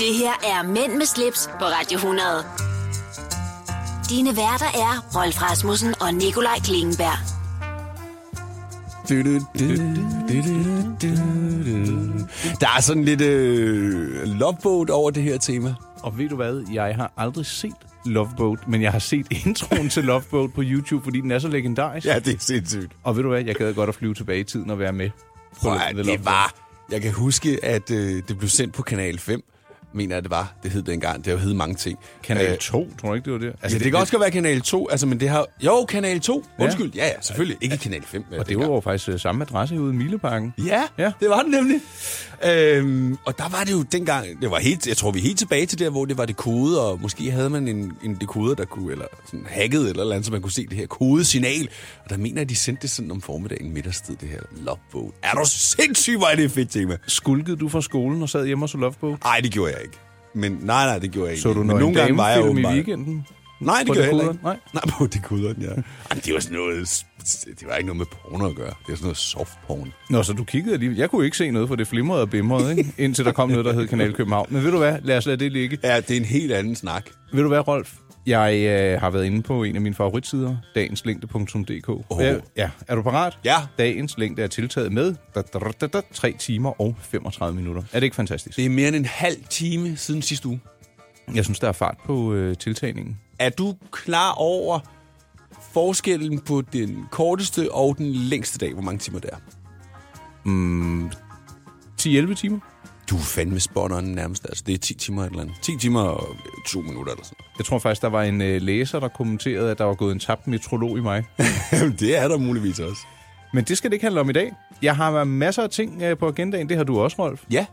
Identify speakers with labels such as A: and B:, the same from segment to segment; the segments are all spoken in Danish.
A: Det her er Mænd med slips på Radio 100. Dine værter er Rolf Rasmussen og Nikolaj Klingenberg.
B: Der er sådan lidt øh, love boat over det her tema.
C: Og ved du hvad? Jeg har aldrig set Love Boat, men jeg har set introen til Love Boat på YouTube, fordi den er så legendarisk.
B: Ja, det er sindssygt.
C: Og ved du hvad? Jeg gad godt at flyve tilbage i tiden og være med. på
B: Prøv,
C: The
B: at-
C: Love
B: det var... Jeg kan huske, at øh, det blev sendt på Kanal 5, mener jeg, det var. Det hed dengang. Det har jo hed mange ting.
C: Boat. Kanal
B: Øh,
C: 2, tror du ikke, det var det? Altså,
B: Altså, ja, det, det kan også godt være Kanal 2, altså, men det har... Jo, Kanal 2. Undskyld. Ja, ja, selvfølgelig. Ikke Kanal 5.
C: Og det var jo faktisk øh, samme adresse ude i Mileparken.
B: Ja,
C: Ja.
B: ja, det var det nemlig. Øhm, og der var det jo dengang, det var helt, jeg tror vi er helt tilbage til der, hvor det var det kode, og måske havde man en, en dekoder, der kunne, eller sådan hacket eller noget andet, så man kunne se det her kodesignal. Og der mener jeg, de sendte det sådan om formiddagen middagstid, det her love boat. Er du sindssyg, hvor er det et fedt tema?
C: Skulkede du fra skolen og sad hjemme og så Love Boat?
B: Nej, det gjorde jeg ikke. Men nej, nej, det gjorde jeg ikke.
C: Så du
B: Men
C: noget
B: nogle gange var jeg
C: damefilm i
B: åbenbart-
C: weekenden?
B: Nej, det
C: På
B: gjorde jeg heller
C: dekoderen?
B: ikke. Nej, på dekoderen, ja. Jamen, det var sådan noget, det var ikke noget med porno at gøre. Det var sådan noget soft porn.
C: Nå, så du kiggede alligevel. Jeg kunne ikke se noget, for det flimrede og bimrede, ikke? indtil der kom noget, der hed Kanal København. Men ved du hvad? Lad os lade det ligge.
B: Ja, det er en helt anden snak.
C: Ved du hvad, Rolf? Jeg øh, har været inde på en af mine favoritsider, dagenslængde.dk.
B: Åh.
C: Ja, ja, er du parat?
B: Ja.
C: Dagens længde er tiltaget med da, da, da, da, 3 timer og 35 minutter. Er det ikke fantastisk?
B: Det er mere end en halv time siden sidste uge.
C: Jeg synes, der er fart på øh, tiltagningen.
B: Er du klar over forskellen på den korteste og den længste dag? Hvor mange timer det er?
C: 10-11 timer?
B: Du er fandme spot on nærmest. Altså, det er 10 timer eller et eller andet. 10 timer og 2 minutter eller sådan
C: Jeg tror faktisk, der var en øh, læser, der kommenterede, at der var gået en tabt metrolog i mig.
B: Jamen, det er der muligvis også.
C: Men det skal det ikke handle om i dag. Jeg har masser af ting øh, på agendaen. Det har du også, Rolf.
B: Ja.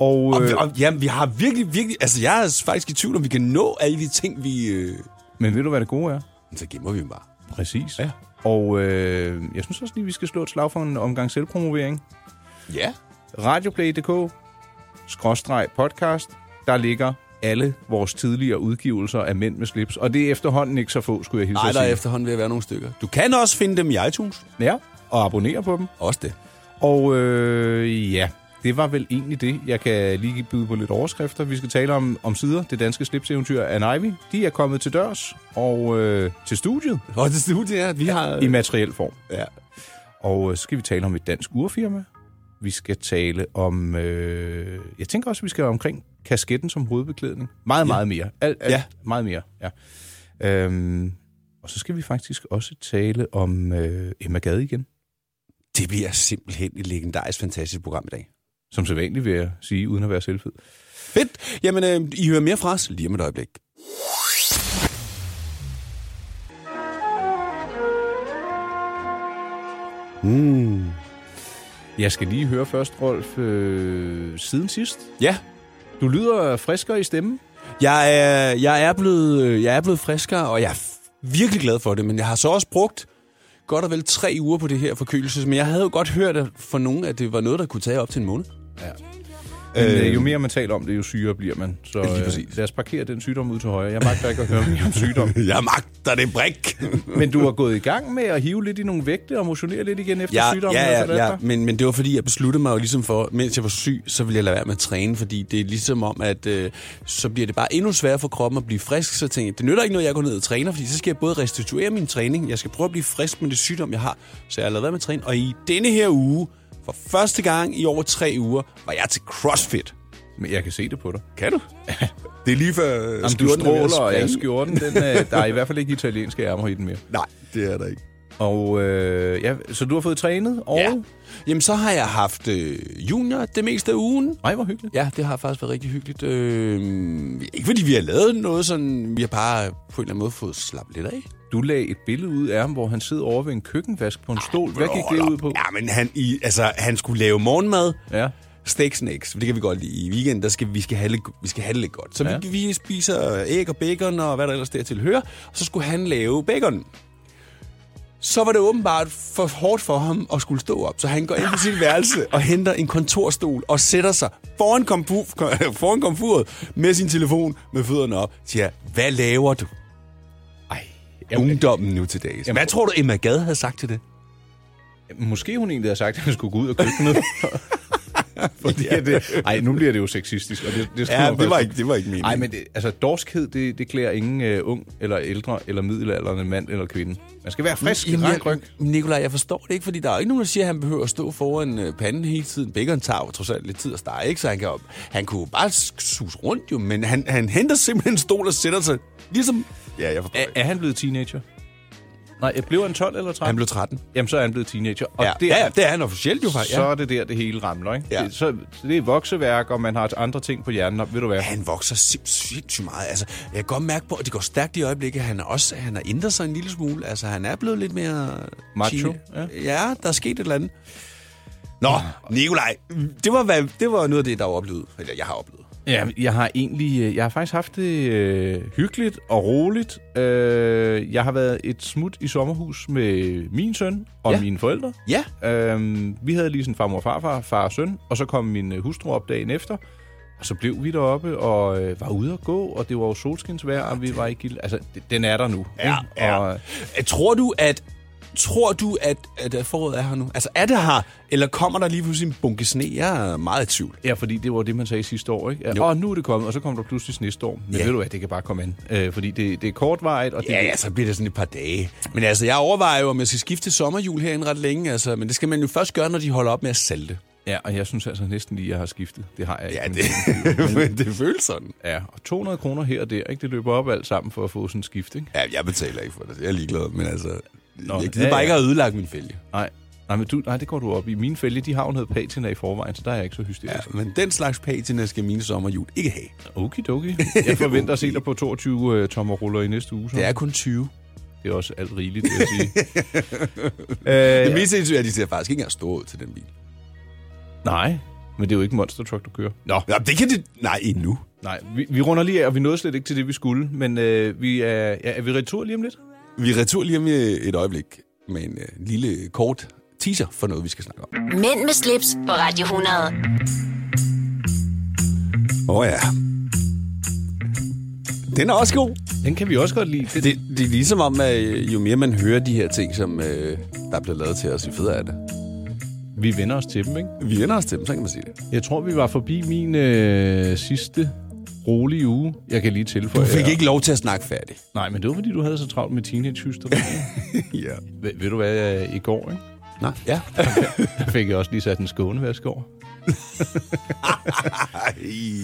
C: Og,
B: Og,
C: øh,
B: vi- og jamen, vi har virkelig, virkelig... Altså, jeg er faktisk i tvivl, om vi kan nå alle de ting, vi... Øh...
C: Men ved du, hvad det gode er?
B: Men Så gemmer vi dem bare.
C: Præcis. Ja. Og øh, jeg synes også lige, vi skal slå et slag for en omgang selvpromovering.
B: Ja.
C: Radioplay.dk skråstreg podcast. Der ligger alle vores tidligere udgivelser af Mænd med slips. Og det er efterhånden ikke så få, skulle jeg hilse
B: Nej,
C: at
B: der
C: sige.
B: er efterhånden ved at være nogle stykker. Du kan også finde dem i iTunes.
C: Ja, og abonnere på dem.
B: Også det.
C: Og øh, ja, det var vel egentlig det. Jeg kan lige byde på lidt overskrifter. Vi skal tale om, om sider. Det danske slipseventyr af Ivy. De er kommet til dørs og øh, til studiet
B: Og det studie er, at vi har...
C: i materiel form.
B: Ja.
C: Og øh, så skal vi tale om et dansk urfirma. Vi skal tale om... Øh, jeg tænker også, at vi skal omkring kasketten som hovedbeklædning. Meget, meget mere. Alt, alt,
B: Ja.
C: Meget mere, ja. Øhm, og så skal vi faktisk også tale om øh, Emma Gade igen.
B: Det bliver simpelthen et legendarisk fantastisk program i dag.
C: Som sædvanligt vil jeg sige, uden at være selvfed.
B: Fedt. Jamen, øh, I hører mere fra os lige om et øjeblik. Mm.
C: Jeg skal lige høre først, Rolf, øh, siden sidst.
B: Ja,
C: Du lyder friskere i stemmen.
B: jeg er, jeg, er blevet, øh, jeg er blevet friskere, og jeg er f- virkelig glad for det, men jeg har så også brugt godt og vel tre uger på det her forkølelse, men jeg havde jo godt hørt at for nogen, at det var noget, der kunne tage op til en måned.
C: Men, øh, jo mere man taler om det, jo syre bliver man. Så
B: Lige
C: øh,
B: præcis.
C: lad os parkere den sygdom ud til højre. Jeg magter ikke at høre mere om sygdom.
B: Jeg magter det brik.
C: Men du har gået i gang med at hive lidt i nogle vægte og motionere lidt igen efter sygdommen.
B: Ja,
C: og
B: ja, ja,
C: sådan noget
B: ja.
C: der.
B: Men, men det var fordi, jeg besluttede mig jo ligesom for, mens jeg var syg, så ville jeg lade være med at træne, fordi det er ligesom om, at øh, så bliver det bare endnu sværere for kroppen at blive frisk. Så tænkte jeg, det nytter ikke noget, jeg går ned og træner, fordi så skal jeg både restituere min træning, jeg skal prøve at blive frisk med det sygdom, jeg har. Så jeg har lavet være med at træne. Og i denne her uge, for første gang i over tre uger, var jeg til CrossFit.
C: Men jeg kan se det på dig.
B: Kan du? det er lige før øh,
C: Jamen, du
B: skjorten er ved at
C: stråler, og ja,
B: springe.
C: skjorten, den, øh, der er i hvert fald ikke italienske ærmer i den mere.
B: Nej, det er der ikke.
C: Og øh, ja, så du har fået trænet, og...
B: Ja. Jamen, så har jeg haft øh, junior det meste af ugen.
C: Ej, hvor hyggeligt.
B: Ja, det har faktisk været rigtig hyggeligt. Øh, ikke fordi vi har lavet noget sådan, vi har bare på en eller anden måde fået slappet lidt af.
C: Du lagde et billede ud af ham, hvor han sidder over ved en køkkenvask på en stol. Hvad gik det
B: Hold
C: ud
B: op.
C: på?
B: Ja, men han, i, altså, han skulle lave morgenmad.
C: Ja.
B: Steak snacks, for det kan vi godt lide. I weekenden, der skal vi, skal have lidt, vi skal have det lidt godt. Så
C: Ja.
B: ja. vi, vi, spiser æg og bacon og hvad der ellers dertil hører. Og så skulle han lave bacon. Så var det åbenbart for hårdt for ham at skulle stå op. Så han går ind på sit værelse og henter en kontorstol og sætter sig foran, kompu, foran komfuret med sin telefon med fødderne op. Siger, hvad laver du?
C: Ej,
B: Ungdommen nu til dags.
C: Jamen-
B: Hvad tror du, Emma Gad havde sagt til det?
C: Måske hun egentlig havde sagt, at han skulle gå ud af køkkenet. Fordi at det, ej, nu bliver det jo sexistisk. Og det, det skal
B: Ja,
C: man
B: det var
C: faktisk-
B: ikke- det var ikke meningen.
C: Ej, men det, altså, dorskhed, det, det klæder ingen øh, ung eller ældre eller middelalderende mand eller kvinde. Man skal være frisk i rank ryg.
B: Nikolaj, jeg forstår det ikke, fordi der er jo ikke nogen, der siger, at han behøver at stå foran øh, panden hele tiden. Bacon tager jo trods alt lidt tid at stege, ikke? Så han, kan, jo- han kunne jo bare sk- sus rundt, jo, men han, han henter simpelthen en stol og sætter sig ligesom... Ja, jeg forstår
C: Er, er han blevet teenager? Nej, blev han 12 eller 13?
B: Han blev 13.
C: Jamen, så er han blevet teenager. Og
B: Ja,
C: det er,
B: det er han officielt jo faktisk.
C: så
B: Ja.
C: er det der, det hele ramler, ikke?
B: Ja.
C: Det, så, det er vokseværk, og man har andre ting på hjernen. Og, ved du hvad?
B: Han vokser sim- sindssygt meget. Altså, jeg kan godt mærke på, at det går stærkt i øjeblikket. Han, er også, han har ændret sig en lille smule. Altså, han er blevet lidt mere...
C: Macho,
B: Ja.
C: ja.
B: ja, der er sket et eller andet. Nå, Nikolaj, det var, hvad, det var noget af det, der var oplevet. Eller jeg har oplevet.
C: Ja, jeg har egentlig, øh, jeg har faktisk haft det øh, hyggeligt og roligt. Øh, jeg har været et smut i sommerhus med min søn og
B: Ja.
C: ja. mine forældre.
B: Ja.
C: Øhm, vi havde lige sådan farmor og farfar, far og søn, og så kom min øh, hustru op dagen efter, og så blev vi deroppe og øh, var ude at gå, og det var jo solskinsvejr, og vi var i gild. Altså, d- den er der nu. ikke? Og,
B: Øh, Tror du, at Tror du, at, at foråret er her nu? Altså, er det her, eller kommer der lige pludselig en bunke sne? Jeg er meget i tvivl.
C: Ja, fordi det var det, man sagde sidste år, ikke?
B: Jo.
C: Og nu er det kommet, og så kom der pludselig snestorm. Men
B: Ja.
C: ja. ved du hvad, det kan bare komme an. Øh, fordi det, det er kortvarigt, og det,
B: Ja, ja, så bliver det sådan et par dage. Men altså, jeg overvejer jo, om jeg skal skifte til sommerjul herinde ret længe, altså, men det skal man jo først gøre, når de holder op med at salte.
C: Ja, og jeg synes altså næsten lige, at jeg har skiftet. Det har jeg ikke. men-
B: det føles sådan.
C: Ja, og 200 kroner her og der, ikke? det løber op alt sammen for at få sådan en skift, ikke?
B: Ja, jeg betaler ikke for det. Jeg er ligeglad, men altså... Nå, jeg gider
C: ja,
B: ja, bare
C: ja.
B: ikke have ødelagt min fælge.
C: Nej, nej, men du, nej, det går du op i. Mine fælge, de har jo noget patina i forvejen, så der er jeg ikke så hysterisk.
B: Ja, men den slags patina skal mine sommerjul ikke have.
C: Ja. Okidoki. Jeg forventer at se dig på 22 uh, tommer ruller i næste uge. Så.
B: Det er kun 20.
C: det er også alt rigeligt, vil jeg sige. øh,
B: Det mest sindssygt er, at de ser faktisk ikke engang store ud til den bil.
C: Nej, men det er jo ikke Monster Truck, du kører.
B: Nå, ja, det kan det... Nej, endnu.
C: Nej, vi, vi runder lige af, og vi nåede slet ikke til det, vi skulle. Men øh, vi er, ja, er vi retur lige om lidt?
B: Vi er retur lige om øh, et øjeblik med en øh, lille kort teaser for noget, vi skal snakke om.
A: Mænd med slips på Radio 100.
B: Åh oh, ja. Den er også god.
C: Den kan vi også godt lide.
B: Det, det er ligesom om, at øh, jo mere man hører de her ting, som øh, der er blevet lavet til os, jo federe er det.
C: Vi vender os til dem, ikke?
B: Vi ender os til dem, så kan man sige det.
C: Jeg tror, vi var forbi min øh, sidste rolige uge. Jeg kan lige tilføje.
B: Du fik
C: at-
B: ikke lov til at snakke færdig.
C: Nej, men det var, fordi du havde så travlt med teenagehysteri.
B: ja.
C: ved, ved du hvad, øh, i går, ikke?
B: Nej, ja.
C: Der fik jeg også lige sat en skånevask over.
B: Ej,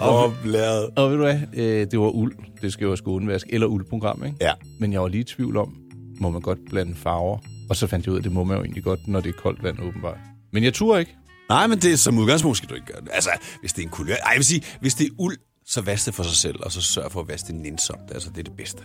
B: oplæret.
C: Og ved du hvad, øh, det var uld. Det skal jo være skånevask eller uldprogram, ikke?
B: Ja.
C: Men jeg var lige i tvivl om, må man godt blande farver? Og så fandt jeg ud af, at det må man jo egentlig godt, når det er koldt vand åbenbart. Men jeg turde ikke.
B: Nej, men det, som udgangspunkt skal du ikke gøre det. Altså, hvis det er en kulør... Ej, jeg vil sige, hvis det er uld, så vask det for sig selv, og så sørg for at vaske det nænsomt. Altså, det er det bedste.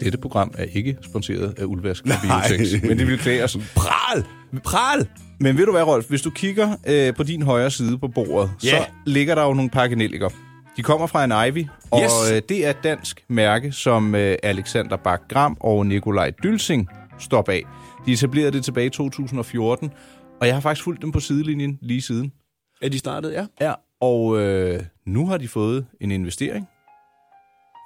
C: Dette program er ikke sponsoreret af Uldvask og
B: Nej.
C: Biotex, men det vil klæde os.
B: Pral! Pral!
C: Men ved du hvad, Rolf? Hvis du kigger øh, på din højre side på bordet,
B: Ja.
C: så ligger der jo nogle pakke nelliker. De kommer fra en Ivy, og
B: Yes.
C: øh, det er et dansk mærke, som øh, Alexander Bak Gram og Nikolaj Dylsing står bag. De etablerede det tilbage i 2014, og jeg har faktisk fulgt dem på sidelinjen lige siden.
B: Er de startet, ja?
C: Ja. Og øh, nu har de fået en investering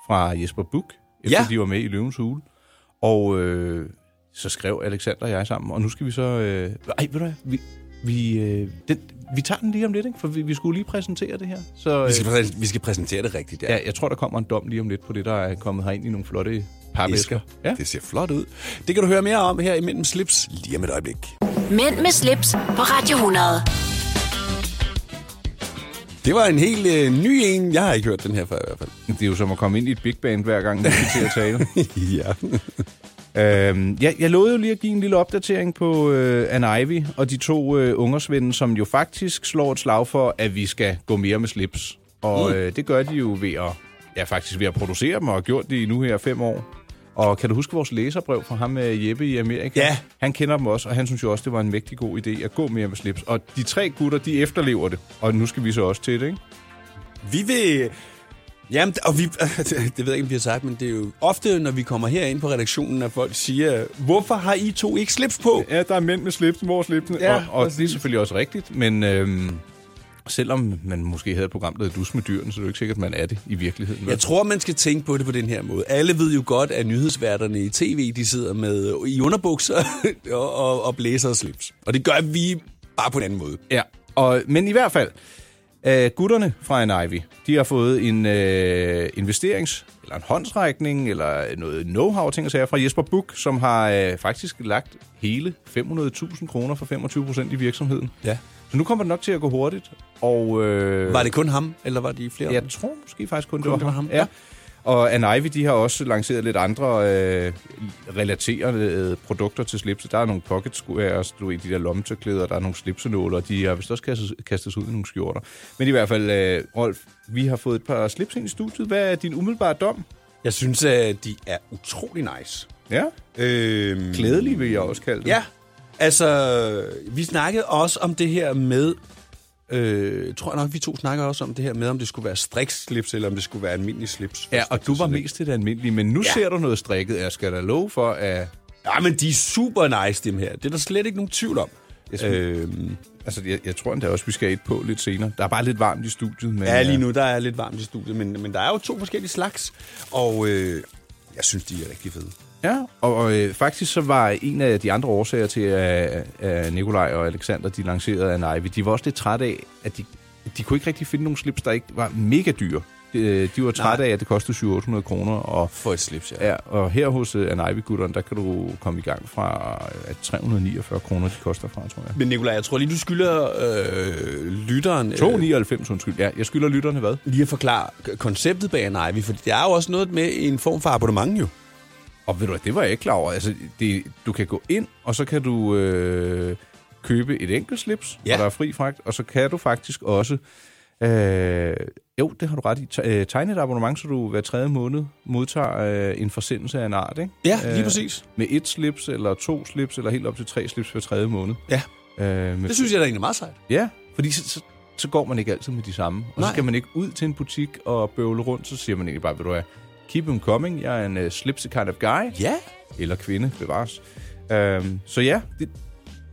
C: fra Jesper Buch, efter
B: Ja.
C: ja. de var med i Løvens Hule. Og øh, så skrev Alexander og jeg sammen, og nu skal vi så... Øh, ej, ved du hvad? Vi, vi, øh, den, vi tager den lige om lidt, ikke? for vi, vi skulle lige præsentere det her. Så, øh,
B: Vi skal, præ- vi skal præsentere det rigtigt, ja.
C: ja, jeg tror, der kommer en dom lige om lidt på det, der er kommet herind i nogle flotte papæsker.
B: Ja.
C: Ja.
B: Det ser flot ud. Det kan du høre mere om her imellem slips lige om et øjeblik.
A: Mænd med slips på Radio 100.
B: Det var en helt øh, ny en. Jeg har ikke hørt den her før i hvert fald.
C: Det er jo som at komme ind i et big band hver gang, man skal til at tale.
B: ja.
C: Øhm, jeg, jeg lovede jo lige at give en lille opdatering på øh, Anne Ivy og de to øh, ungersvinde, som jo faktisk slår et slag for, at vi skal gå mere med slips. Og mm. øh, det gør de jo ved at, ja, faktisk ved at producere dem, og har gjort det i nu her fem år. Og kan du huske vores læserbrev fra ham med Jeppe i Amerika?
B: Ja.
C: Han kender dem også, og han synes jo også, det var en mægtig god idé at gå mere med slips. Og de tre gutter, de efterlever det. Og nu skal vi så også til det, ikke?
B: Vi vil... Jamen, og vi, det ved jeg ikke, om vi har sagt, men det er jo ofte, når vi kommer herind på redaktionen, at folk siger, hvorfor har I to ikke slips på?
C: Ja, der er mænd med slipsen, hvor slipsen
B: Ja,
C: ja, og, og det er selvfølgelig også rigtigt, men øhm, selvom man måske havde et program, der hedder Dus med dyrene, så er det jo ikke sikkert, at man er det i virkeligheden.
B: Jeg
C: Jeg
B: tror, man skal tænke på det på den her måde. Alle ved jo godt, at nyhedsværterne i tv, de sidder med i underbukser og, og, og blæser og slips. Og det gør vi bare på en anden måde.
C: ja, Og, men i hvert fald, øh, gutterne fra en Ivy, de har fået en øh, investerings- eller en håndsrækning, eller noget know-how, ting og sager, fra Jesper Buch, som har øh, faktisk lagt hele 500.000 kroner for 25 procent i virksomheden.
B: Ja.
C: Så nu kommer det nok til at gå hurtigt, og... Øh,
B: Var det kun ham, eller var de flere?
C: jeg tror måske faktisk kun,
B: Kun
C: det var ham. Ja. Og An Ivy, de har også lanceret lidt andre øh, relaterede øh, produkter til slipset. Der er nogle pocket squares, du ved, de der lommetørklæder, der er nogle slipsenåler, og de har vist også kastet, kastet sig ud i nogle skjorter. Men i hvert fald, øh, Rolf, vi har fået et par slips ind i studiet. Hvad er din umiddelbare dom?
B: Jeg synes, at de er utrolig nice.
C: Ja,
B: Øhm,
C: glædelige vil jeg også kalde det.
B: Ja, altså, vi snakkede også om det her med, øh, tror jeg nok, vi to snakkede også om det her med, om det skulle være striksslips, eller om det skulle være almindelig slips.
C: Ja, og du var mest til det almindelige, men nu ja. ser du noget strikket. Jeg skal da love for, at...
B: Ja, men de er super nice, dem her. Det er der slet ikke nogen tvivl om. Øhm,
C: Altså, jeg, jeg tror endda også, vi skal et på lidt senere. Der er bare lidt varmt i studiet. Men,
B: ja, lige nu, der er lidt varmt i studiet, men, men der er jo to forskellige slags, og øh, jeg synes, de er rigtig fede.
C: Ja, og, og øh, faktisk så var en af de andre årsager til, at, at Nikolaj og Alexander de lancerede An Ivy, de var også lidt trætte af, at de, de kunne ikke rigtig finde nogle slips, der ikke var mega dyre. De, de var trætte
B: Nej.
C: af, at det kostede 700-800 kroner, og,
B: For et slips, ja.
C: ja, og her hos øh, An Ivy-gutterne, der kan du komme i gang fra øh, at 349 kroner, de koster fra, tror jeg.
B: Men Nicolaj, jeg tror lige, du skylder øh, lytteren... øh,
C: 299, undskyld. Ja, jeg skylder lytterne hvad?
B: lige at forklare k- konceptet bag en Ivy, for det er jo også noget med en form for abonnement jo.
C: Og ved du hvad, det var jeg ikke klar over. Altså, det, du kan gå ind, og så kan du øh, købe et enkelt slips,
B: Ja.
C: ja. og der er fri fragt, og så kan du faktisk også... Øh, jo, det har du ret i. Te- øh, Tegne et abonnement, så du hver tredje måned modtager øh, en forsendelse af en art, ikke? Øh,
B: Ja, lige præcis.
C: Med et slips, eller to slips, eller helt op til tre slips hver tredje måned.
B: Ja.
C: Øh, med
B: Det synes jeg da egentlig er meget sejt.
C: Ja, fordi så, så, så går man ikke altid med de samme. Og Nej.
B: Nej.
C: så skal man ikke ud til en butik og bøvle rundt, så siger man egentlig bare, ved du hvad, keep them coming, jeg er en uh, slipsy kind of guy
B: Ja.
C: eller kvinde, bevares. Øhm, så ja, det,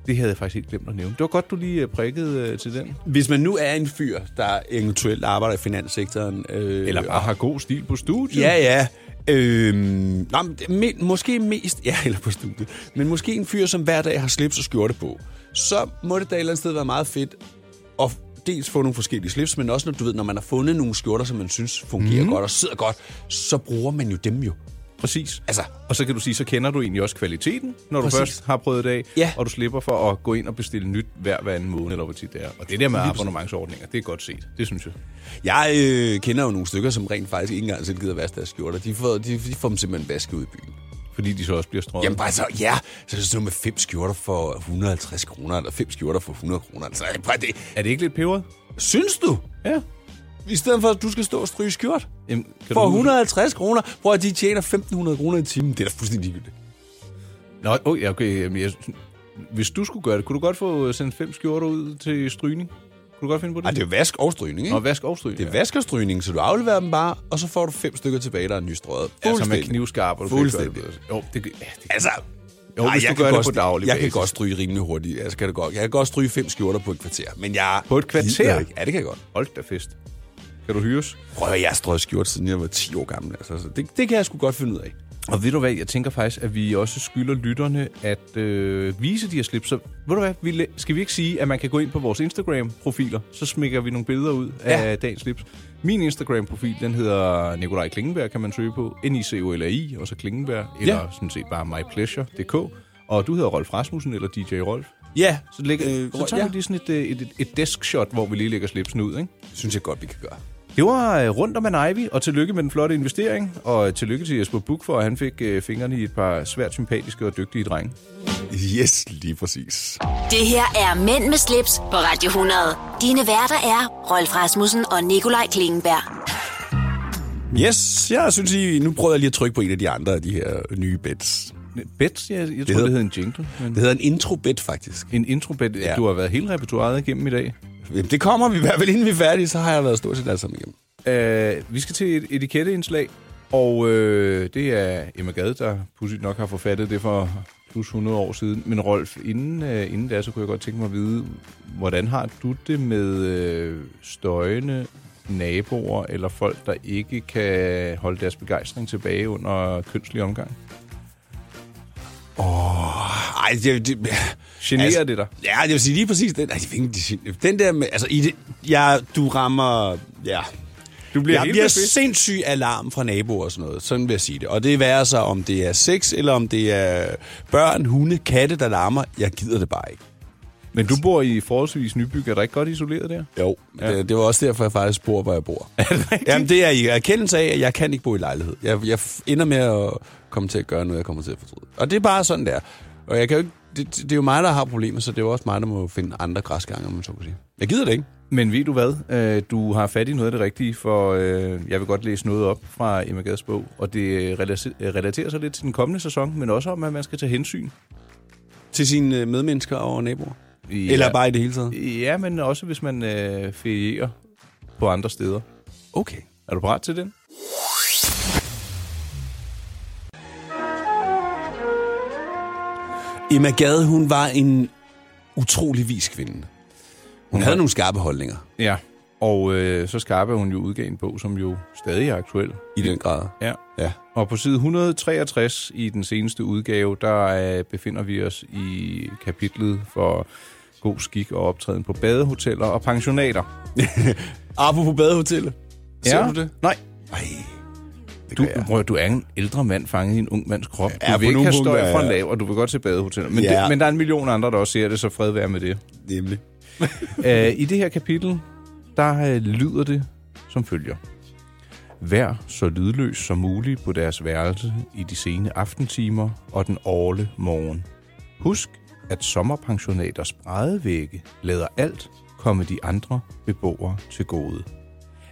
C: det havde jeg faktisk helt glemt at nævne. Det var godt, du lige øh, prikkede øh, til den.
B: Hvis man nu er en fyr, der eventuelt arbejder i finanssektoren... Øh,
C: Eller bare har god stil på studiet.
B: Ja, ja. Øh, nå, men, det- men, måske mest... Ja, eller på studiet. Men måske en fyr, som hver dag har slips og skjorte på. Så må det da et eller andet sted være meget fedt at f- dels få nogle forskellige slips, men også når du ved, når man har fundet nogle skjorter, som man synes fungerer mm.
C: Mhm.
B: godt og sidder godt, så bruger man jo dem jo.
C: Præcis.
B: Altså,
C: Og så kan du sige, så kender du egentlig også kvaliteten, når
B: Præcis.
C: du først har prøvet det af,
B: Ja.
C: og du slipper for at gå ind og bestille nyt hver, hver anden måned, eller hvor tit det er. Og det der med abonnementsordninger, det er godt set. Det synes jeg.
B: Jeg øh, kender jo nogle stykker, som rent faktisk ikke engang selv gider vaske deres skjorter. De får, de, de får dem simpelthen vasket ud i byen.
C: Fordi de så også bliver strøget.
B: Jamen bare så, ja, så er det sådan noget med fem skjorter for 150 kroner, eller fem skjorter for 100 kroner. Altså, er det bare det.
C: Er det ikke lidt peberet?
B: Synes du?
C: Ja.
B: I stedet for, at du skal stå og stryge skjort
C: Jamen, kan
B: for
C: du-
B: 150 kroner, hvor de tjener 1.500 kroner i timen. Det er da fuldstændig ligegyldigt.
C: Nå, okay, okay. Jamen, jeg, hvis du skulle gøre det, kunne du godt få øh, sendt fem skjorter ud til strygning? Kunne du godt finde på det?
B: Nej, det er jo vask og strygning, ikke?
C: Nå, vask og stryg.
B: det er vask og strygning, så du afleverer dem bare, og så får du fem stykker tilbage, der er nystrøget.
C: Altså med
B: Fuldstændig.
C: knivskarp, og du
B: Fuldstændig.
C: kan ikke gøre det bedre. Jo, det, ja, det
B: Altså,
C: Jo, hvis
B: jeg
C: du gør
B: kan
C: det
B: godt
C: på
B: stryge-
C: daglig
B: Jeg kan
C: basis.
B: godt stryge rimelig hurtigt. Jeg, kan, det godt. jeg kan godt stryge fem skjorter på et kvarter. Men jeg
C: På et kvarter?
B: gider Ikke. Ja, det kan jeg godt.
C: Hold da fest. Kan du hyres?
B: Prøv at høre, jeg har strøget skjort, siden jeg var 10 år gammel. Altså, så det, det kan jeg sgu godt finde ud af.
C: Og ved du hvad, jeg tænker faktisk, at vi også skylder lytterne at øh, vise de her slips. Så ved du hvad, vi, la- skal vi ikke sige, at man kan gå ind på vores Instagram-profiler, så smækker vi nogle billeder ud ja. af dagens slips. Min Instagram-profil, den hedder Nikolaj Klingenberg, kan man søge på. n i c o l i og så Klingenberg, eller ja. sådan set bare mypleasure.dk. Og du hedder Rolf Rasmussen, eller DJ Rolf.
B: Ja,
C: Så, lægger, øh, så tager ja.
B: ja.
C: vi lige sådan et, øh, et, et, et desk-shot, hvor vi lige lægger slipsen ud, ikke?
B: synes jeg godt, vi kan gøre.
C: Det var øh, rundt om en Ivy, og tillykke med den flotte investering, og øh, tillykke til Jesper Buch for, at han fik øh, fingrene i et par svært sympatiske og dygtige drenge.
B: Yes, lige præcis.
A: Det her er Mænd med slips på Radio 100. Dine værter er Rolf Rasmussen og Nikolaj Klingenberg.
B: Yes, jeg synes, I, nu prøver jeg lige at trykke på en af de andre af de her nye bets.
C: Bet, jeg, jeg tror,
B: hedder-
C: det hedder en jingle. Men
B: Det hedder en introbet, faktisk.
C: en introbet, ja.
B: Ja.
C: du har været hele repertoireet igennem i dag.
B: Jamen, det kommer vi i hvert fald, inden vi er færdige, så har jeg været stort set alle sammen igennem.
C: Øh, vi skal til et etiketteindslag, og øh, det er Emma Gade, der pudsigt nok har forfattet det for plus 100 år siden. Men Rolf, inden, øh, inden da, så kunne jeg godt tænke mig at vide, hvordan har du det med øh, støjende naboer eller folk, der ikke kan holde deres begejstring tilbage under kønslig omgang?
B: Ej, det, det,
C: Generer det dig?
B: Ja, jeg vil sige lige præcis den. Ej, jeg ved ikke, det generer- den der med, altså, i det, ja, du rammer, ja.
C: Du bliver
B: jeg
C: helt
B: bliver
C: bevidst.
B: sindssyg alarm fra naboer og sådan noget. Sådan vil jeg sige det. Og det værer sig, om det er sex, eller om det er børn, hunde, katte, der larmer. Jeg gider det bare ikke.
C: Men du bor i forholdsvis nybyg. Er der ikke godt isoleret der?
B: Jo, ja. det, det var også derfor, jeg faktisk bor, hvor jeg bor. Jamen, det er i erkendelse af, at jeg kan ikke bo i lejlighed. Jeg, jeg f- ender med at komme til at gøre noget, jeg kommer til at fortryde. Og det er bare sådan, der. Og jeg kan jo ikke, det, det, er jo mig, der har problemer, så det er jo også mig, der må finde andre græsgange, om man så kan sige. Jeg gider det ikke.
C: Men ved du hvad? Øh, Du har fat i noget af det rigtige, for øh, jeg vil godt læse noget op fra Emma Gads bog, og det øh, relater- øh, relaterer sig lidt til den kommende sæson, men også om, at man skal tage hensyn.
B: Til sine øh, medmennesker og naboer.
C: Ja.
B: Ja. Eller bare i det hele taget.
C: øh, Ja, men også hvis man øh, ferierer på andre steder.
B: Okay.
C: Er du parat til den?
B: Emma Gade, hun var en utrolig vis kvinde.
C: Mhm.
B: Hun havde nogle skarpe holdninger
C: Ja. Og øh, så skarpe hun jo udgav en bog, som jo stadig er aktuel.
B: i den grad.
C: Ja.
B: Ja.
C: Og på side 163 i den seneste udgave, der øh, befinder vi os i kapitlet for god skik og optræden på badehoteller og pensionater.
B: Arbo på badehotellet. Ser
C: Ja.
B: du det?
C: Nej.
B: Nej. Det
C: Du,
B: gør jeg.
C: prøv, du er en ældre mand fanget i en ung mands krop.
B: Ja,
C: du
B: på
C: vil ikke
B: nogle
C: have støj
B: punkter, ja.
C: fra lav, og du vil godt til badehoteller. Men,
B: Ja.
C: det, men der er en million andre, der også ser det, så fred være med det.
B: Nemlig.
C: Øh, I det her kapitel, der øh, lyder det som følger. Vær så lydløs som muligt på deres værelse i de sene aftentimer og den årle morgen. Husk, at sommerpensionaters brædevægge lader alt komme de andre beboere til gode.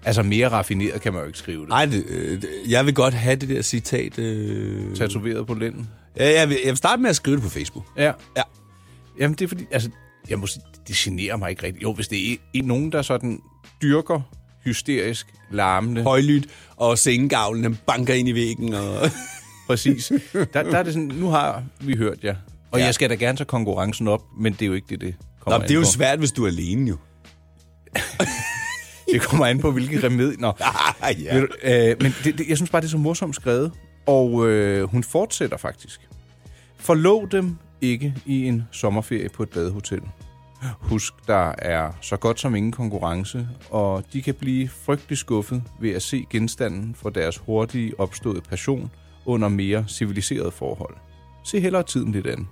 C: Altså mere raffineret kan man jo ikke skrive det.
B: Ej, det, øh, det- jeg vil godt have det der citat. Øh...
C: Tatoveret på lænden.
B: Ja, jeg, vil, jeg vil starte med at skrive det på Facebook.
C: Ja.
B: Ja.
C: Jamen det er fordi, altså, jeg må sige, det generer mig ikke rigtigt. Jo, hvis det er en- nogen, der sådan dyrker hysterisk larmende
B: Højlydt, og sengegavlen den banker ind i væggen. Og...
C: Præcis. Der, der er det sådan, nu har vi hørt jer. Og
B: Ja.
C: ja. jeg skal da gerne tage konkurrencen op, men det er jo ikke det, det kommer
B: Nå,
C: an
B: det er jo
C: på.
B: svært, hvis du er alene, jo.
C: Det kommer an på, hvilke remedier. Nå.
B: Ah,
C: Ja. Ved du, øh, men det, det, jeg synes bare, det er så morsomt skrevet. Og øh, hun fortsætter faktisk. Forlov dem ikke i en sommerferie på et badehotel. Husk, der er så godt som ingen konkurrence, og de kan blive frygtelig skuffet ved at se genstanden for deres hurtige opståede passion under mere civiliserede forhold. Se hellere tiden lidt an.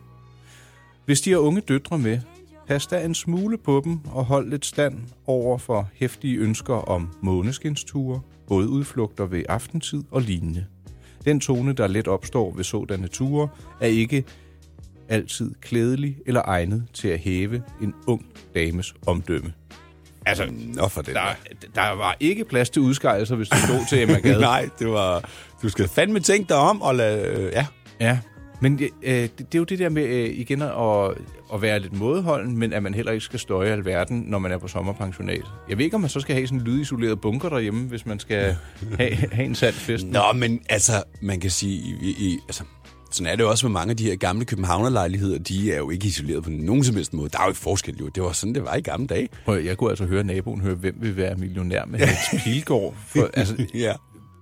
C: Hvis de har unge døtre med, pas da en smule på dem og hold lidt stand over for hæftige ønsker om måneskinsture, bådudflugter ved aftentid og lignende. Den tone, der let opstår ved sådanne ture, er ikke altid klædelig eller egnet til at hæve en ung dames omdømme.
B: Altså, nå for det.
C: Der, der var ikke plads til udskejelser, hvis det stod til Emma Gade.
B: Nej, det var... Du skal fandme tænke dig om og lade... Øh, ja.
C: Ja, men øh, det, det er jo det der med øh, igen at, at være lidt modholden, men at man heller ikke skal støje alverden, når man er på sommerpensionat. Jeg ved ikke, om man så skal have sådan en lydisoleret bunker derhjemme, hvis man skal have, have en sand fest.
B: Nå, men altså, man kan sige... I, i, altså, sådan er det jo også med mange af de her gamle københavnerlejligheder. De er jo ikke isoleret på nogen som helst måde. Der er jo ikke forskel, jo. Det var sådan, det var i gamle dage.
C: Prøv, at- jeg kunne altså høre naboen høre, hvem vil være millionær med Hans Pilgaard. For, altså,
B: ja.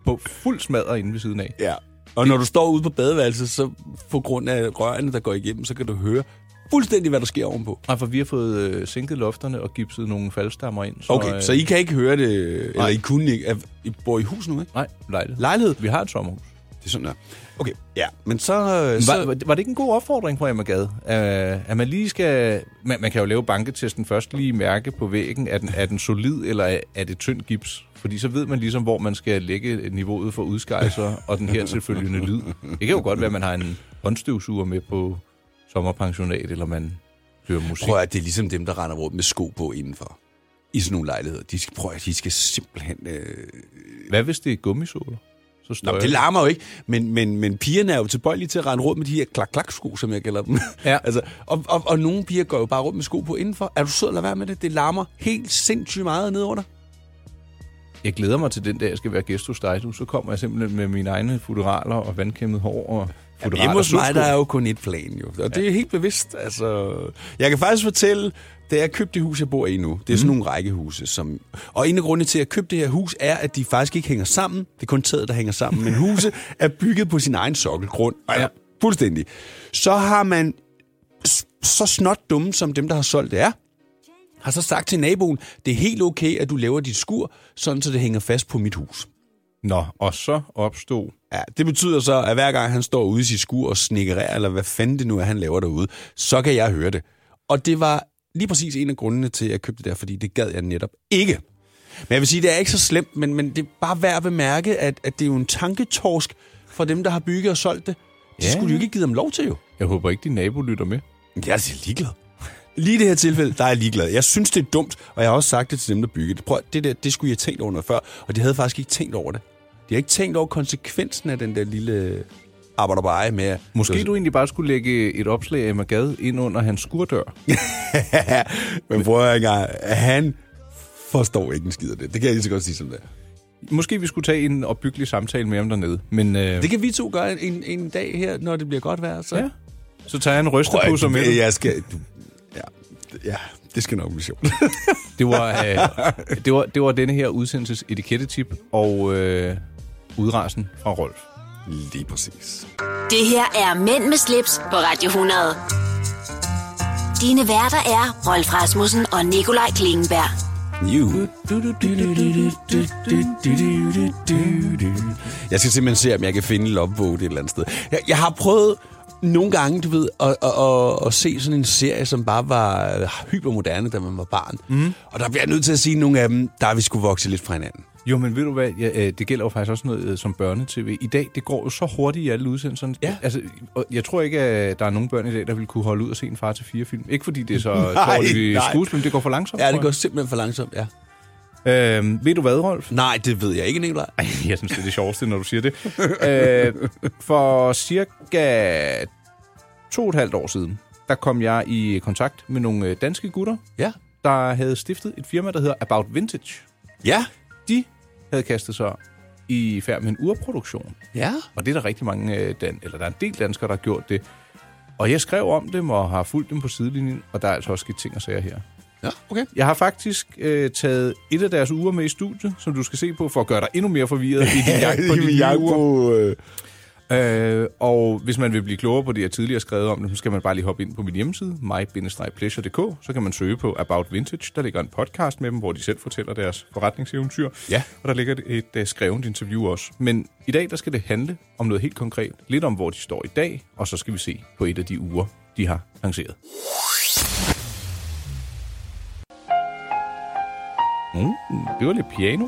C: på fuld smadret inde ved siden af.
B: Ja. Og når du står ude på badeværelset, så på grund af rørene, der går igennem, så kan du høre fuldstændig, hvad der sker ovenpå.
C: Nej, for vi har fået øh, sænket lofterne og gipset nogle faldstammer ind. Så,
B: Okay,
C: øh,
B: så I kan ikke høre det, eller I kunne ikke. Er- I bor i hus nu, ikke?
C: Nej, lejlighed.
B: Lejlighed?
C: Vi har et sommerhus.
B: Det er sådan der. Okay, ja. Men så... øh, så
C: Var, var det ikke en god opfordring fra Emma Gade? Uh, at man lige skal... Man, man kan jo lave banketesten først lige mærke på væggen, er den, er den solid eller er, er det tynd gips? Fordi så ved man ligesom, hvor man skal lægge niveauet for udskejser og den her tilfølgende lyd. Det kan jo godt være, at man har en håndstøvsuger med på sommerpensionat, eller man hører musik.
B: Prøv at det er ligesom dem, der render rundt med sko på indenfor. I sådan nogle lejligheder. De skal, prøv at de skal simpelthen... Øh...
C: Hvad hvis det er gummisåler? Så står
B: Nå, men det larmer jo ikke, men, men, men pigerne er jo tilbøjelige til at rende rundt med de her klak-klak-sko, som jeg kalder dem.
C: Ja.
B: altså, og, og, og nogle piger går jo bare rundt med sko på indenfor. Er du sød at lade være med det? Det larmer helt sindssygt meget nedenunder.
C: Jeg glæder mig til den dag, jeg skal være gæst hos dig. nu. Så kommer jeg simpelthen med mine egne futuraler og vandkæmmet hår og futuraler.
B: Hjemme hos mig,
C: sudsko.
B: der er jo kun et plan, jo. Og ja. det er helt bevidst. Altså, jeg kan faktisk fortælle, da jeg købte det hus, jeg bor i nu, det er sådan nogle rækkehuse. Som, og en af grundene til, at jeg købte det her hus, er, at de faktisk ikke hænger sammen. Det er kun taget, der hænger sammen. Men huset er bygget på sin egen sokkelgrund. Ja.
C: Ja.
B: Fuldstændig. Så Altså, har man s- så snot dumme, som dem, der har solgt det er, har så sagt til naboen, det er helt okay, at du laver dit skur, sådan så det hænger fast på mit hus.
C: Nå, og så opstod...
B: Ja, det betyder så, at hver gang han står ude i sit skur og snikkerer, eller hvad fanden det nu er, han laver derude, så kan jeg høre det. Og det var lige præcis en af grundene til, at jeg købte det der, fordi det gad jeg netop ikke. Men jeg vil sige, det er ikke så slemt, men, men det er bare værd at bemærke, at, at det er jo en tanketorsk for dem, der har bygget og solgt det. Det
C: Ja.
B: ja. skulle de jo ikke give dem lov til, jo.
C: Jeg håber ikke, din nabo lytter med.
B: Jeg er altså ligeglad. Lige i det her tilfælde, der er jeg ligeglad. Jeg synes, det er dumt, og jeg har også sagt det til dem, der byggede det. Prøv, at- det, der, det skulle I have tænkt over noget før, og de havde faktisk ikke tænkt over det. De har ikke tænkt over konsekvensen af den der lille arbejder på eje med... at-
C: Måske du egentlig bare skulle lægge et opslag af Magad ind under hans skurdør.
B: Men prøv at høre han forstår ikke en skid af det. Det kan jeg lige så godt sige som det. er.
C: Måske vi skulle tage en opbyggelig samtale med ham dernede. Men øh,
B: Det kan vi to gøre en, en dag her, når det bliver godt vejr. Så.
C: ja. så tager han en
B: Prøv
C: rystepusser
B: at,
C: med.
B: du,
C: Ja.
B: jeg skal... Du, ja, ja, det skal nok blive sjovt.
C: Det, var, øh, det, var, det var denne her udsendelses etikettetip og øh, udrasen fra Rolf.
B: lige præcis.
A: Det her er Mænd med slips på Radio 100. Dine værter er Rolf Rasmussen og Nikolaj Klingenberg.
B: You. Jeg skal simpelthen se, om jeg kan finde Lopvote et eller andet sted. Jeg, jeg har prøvet nogle gange, du ved, at, at, at, at se sådan en serie, som bare var øh, hypermoderne, da man var barn. Mm. Og der bliver jeg nødt til at sige, at nogle af dem, der er vi skulle vokse lidt fra hinanden.
C: Jo, men ved du hvad, ja, øh, det gælder jo faktisk også noget øh, som børnetv. I dag, det går jo så hurtigt i alle udsendelserne.
B: Ja.
C: Altså, og jeg tror ikke, at der er nogen børn i dag, der vil kunne holde ud og se en far til fire film. Ikke fordi det er så
B: Nej,
C: dårligt
B: nej.
C: skuespil, men det går for langsomt.
B: Ja, det
C: tror
B: går simpelthen for langsomt, ja.
C: jeg. Øhm, ved du hvad, Rolf?
B: Nej, det ved jeg ikke, Nicolaj.
C: Ej, jeg synes, det er det sjoveste, når du siger det. øh, for cirka to og et halvt år siden, der kom jeg i kontakt med nogle øh, danske gutter,
B: Ja.
C: der havde stiftet et firma, der hedder About Vintage.
B: Ja.
C: De havde kastet sig i færd med en urproduktion.
B: Ja.
C: Og det er der rigtig mange, øh, dan- eller der er en del danskere, der har gjort det. Og jeg skrev om dem og har fulgt dem på sidelinjen, og der er altså også sket ting og sager her.
B: Ja, okay.
C: Jeg har faktisk øh, taget et af deres uger med i studiet, som du skal se på, for at gøre dig endnu mere forvirret i din jagt på de nye uger.
B: øh...
C: Øh, og hvis man vil blive klogere på det, jeg tidligere har skrevet om, det, så skal man bare lige hoppe ind på min hjemmeside, my-pleasure.dk, så kan man søge på About Vintage. Der ligger en podcast med dem, hvor de selv fortæller deres forretningseventyr.
B: Ja.
C: Og der ligger et, et, øh, skrevet interview også. Men i dag, der skal det handle om noget helt konkret. Lidt om, hvor de står i dag, og så skal vi se på et af de uger, de har lanceret. Mm, det var lidt piano.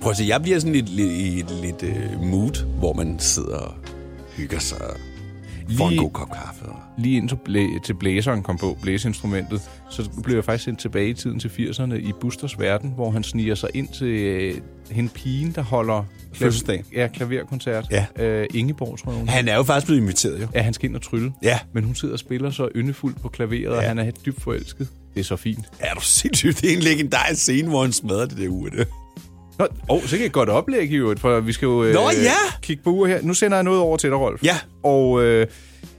B: Prøv at se, jeg bliver sådan lidt, lidt, i et lidt uh, mood, hvor man sidder og hygger sig og får en
C: Lige-
B: god kop kaffe. og-
C: lige ind til, blæ- til blæseren kom på, blæseinstrumentet, så blev jeg faktisk sendt tilbage i tiden til 80'erne i Busters verden, hvor han sniger sig ind til øh, hende pigen, der holder
B: Fødselsdag.
C: ja, klaverkoncert.
B: Ja.
C: Øh, Ingeborg, tror jeg, hun.
B: Han er jo faktisk blevet inviteret, jo.
C: Ja, han skal ind og trylle.
B: Ja.
C: Men hun sidder og spiller så yndefuldt på klaveret, ja. og han er helt dybt forelsket. Det er så fint.
B: Er du sindssygt? Det er en legendarisk scene, hvor han smadrer det der ur. Det.
C: Nå, oh, så kan jeg godt oplæg i øvrigt, for vi skal jo øh,
B: Nå, ja!
C: kigge på uger her. Nu sender jeg noget over til dig, Rolf.
B: Ja.
C: Og øh,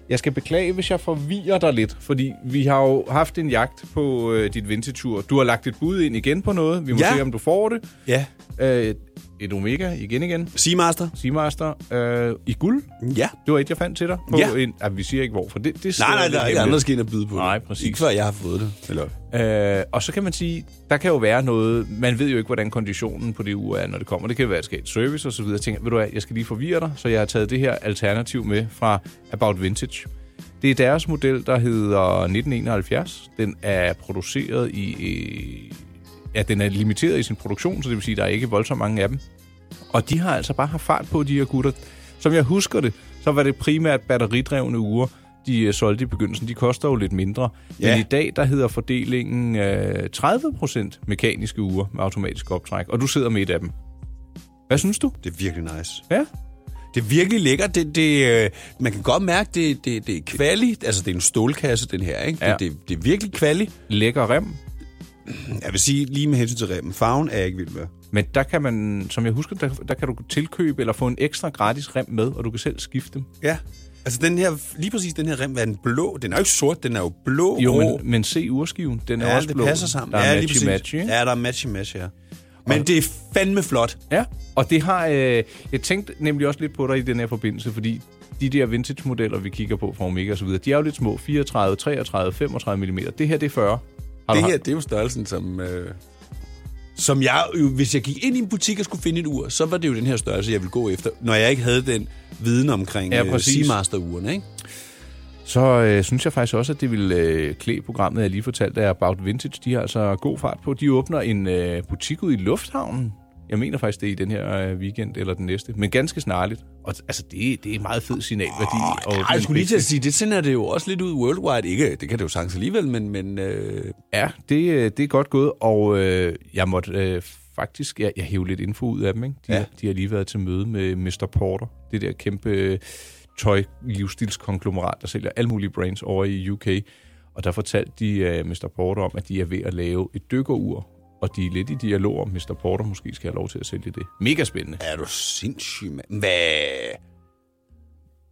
C: jeg skal beklage, hvis jeg forvirrer dig lidt, fordi vi har jo haft en jagt på øh, dit vintage-tur. Du har lagt et bud ind igen på noget. Vi må
B: Ja.
C: se, om du får det.
B: Ja.
C: Øh, et Omega igen igen.
B: Seamaster?
C: Seamaster øh, i guld.
B: Ja.
C: Det var et, jeg fandt til dig. På
B: Ja.
C: En, ah, vi siger ikke hvorfor. Det, det sidder
B: Nej, nej,
C: lidt
B: der er ikke
C: hemmeligt.
B: andre skin at byde på.
C: Nej, præcis.
B: Ikke før jeg har fået det. Eller?
C: Øh, og så kan man sige, der kan jo være noget, man ved jo ikke, hvordan konditionen på det uge er, når det kommer. Det kan være, at det skal et service og så videre. Jeg tænker, ved du hvad, jeg skal lige forvirre dig, så jeg har taget det her alternativ med fra About Vintage. Det er deres model, der hedder 1971. Den er produceret i... Øh, ja, den er limiteret i sin produktion, så det vil sige, at der er ikke voldsomt mange af dem. Og de har altså bare haft fart på, de her gutter. Som jeg husker det, så var det primært batteridrevne uger, de øh, solgte i begyndelsen. De koster jo lidt mindre. Ja.
B: Ja.
C: Men i dag, der hedder fordelingen øh, 30% mekaniske uger med automatisk optræk. Og du sidder med et af dem. Hvad synes du?
B: Det er virkelig nice.
C: Ja,
B: Det er virkelig lækkert. Det, det, øh, man kan godt mærke, det, det, det er kvali. Altså, det er en stålkasse, den her. Ikke?
C: Ja.
B: Det, det, det er virkelig kvali.
C: lækker rem.
B: Jeg vil sige, lige med hensyn til remmen, farven er jeg ikke vild med.
C: Men der kan man, som jeg husker, der, der kan du tilkøbe eller få en ekstra gratis rem med, og du kan selv skifte dem.
B: Ja. Altså, den her, lige præcis den her rem, hvad er den blå? Den er jo ikke sort, den er jo blå.
C: Jo,
B: grå.
C: Oh. men, men se urskiven, den er
B: ja,
C: også
B: det
C: blå.
B: passer sammen.
C: Der er
B: ja,
C: matchy matchy,
B: ja,
C: ikke?
B: der er matchy match, ja. Men det er fandme flot.
C: Ja, og det har... Øh, jeg tænkte nemlig også lidt på dig i den her forbindelse, fordi de der vintage-modeller, vi kigger på fra Omega osv., de er jo lidt små. 34, 33, 35 mm. Det her, det er 40. Har
B: Det
C: du-
B: her, det er jo størrelsen, som... Øh, som jeg, jo, hvis jeg gik ind i en butik og skulle finde et ur, så var det jo den her størrelse, jeg ville gå efter, når jeg ikke havde den viden omkring
C: Ja,
B: ja, øh,
C: præcis.
B: Seamaster-urene, ikke?
C: Så øh, synes jeg faktisk også, at det ville øh, klæde programmet, jeg lige fortalte, er About Vintage. De har altså god fart på. De åbner en øh, butik ud i Lufthavnen. Jeg mener faktisk, det er i den her øh, weekend eller den næste. Men ganske snarligt. Og t- altså, det, det er meget fed signalværdi. Oh,
B: Ej, jeg skulle lige til at sige, det sender det jo også lidt ud worldwide. Ikke, det kan det jo sagtens alligevel, men... men øh,
C: Ja, det, øh, det er godt gået, og øh, jeg måtte øh, faktisk, jeg, jeg hævde lidt info ud af dem, ikke? De,
B: Ja.
C: ja. de har lige været til møde med Mr. Porter, det der kæmpe øh, tøj-livsstilskonglomerat, der sælger alle mulige brands over i UK, og der fortalte de øh, Mr. Porter om, at de er ved at lave et dykkerur, og de er lidt i dialog om, Mr. Porter måske skal have lov til at sælge det. Mega spændende.
B: er du sindssyg, mand? Hvad?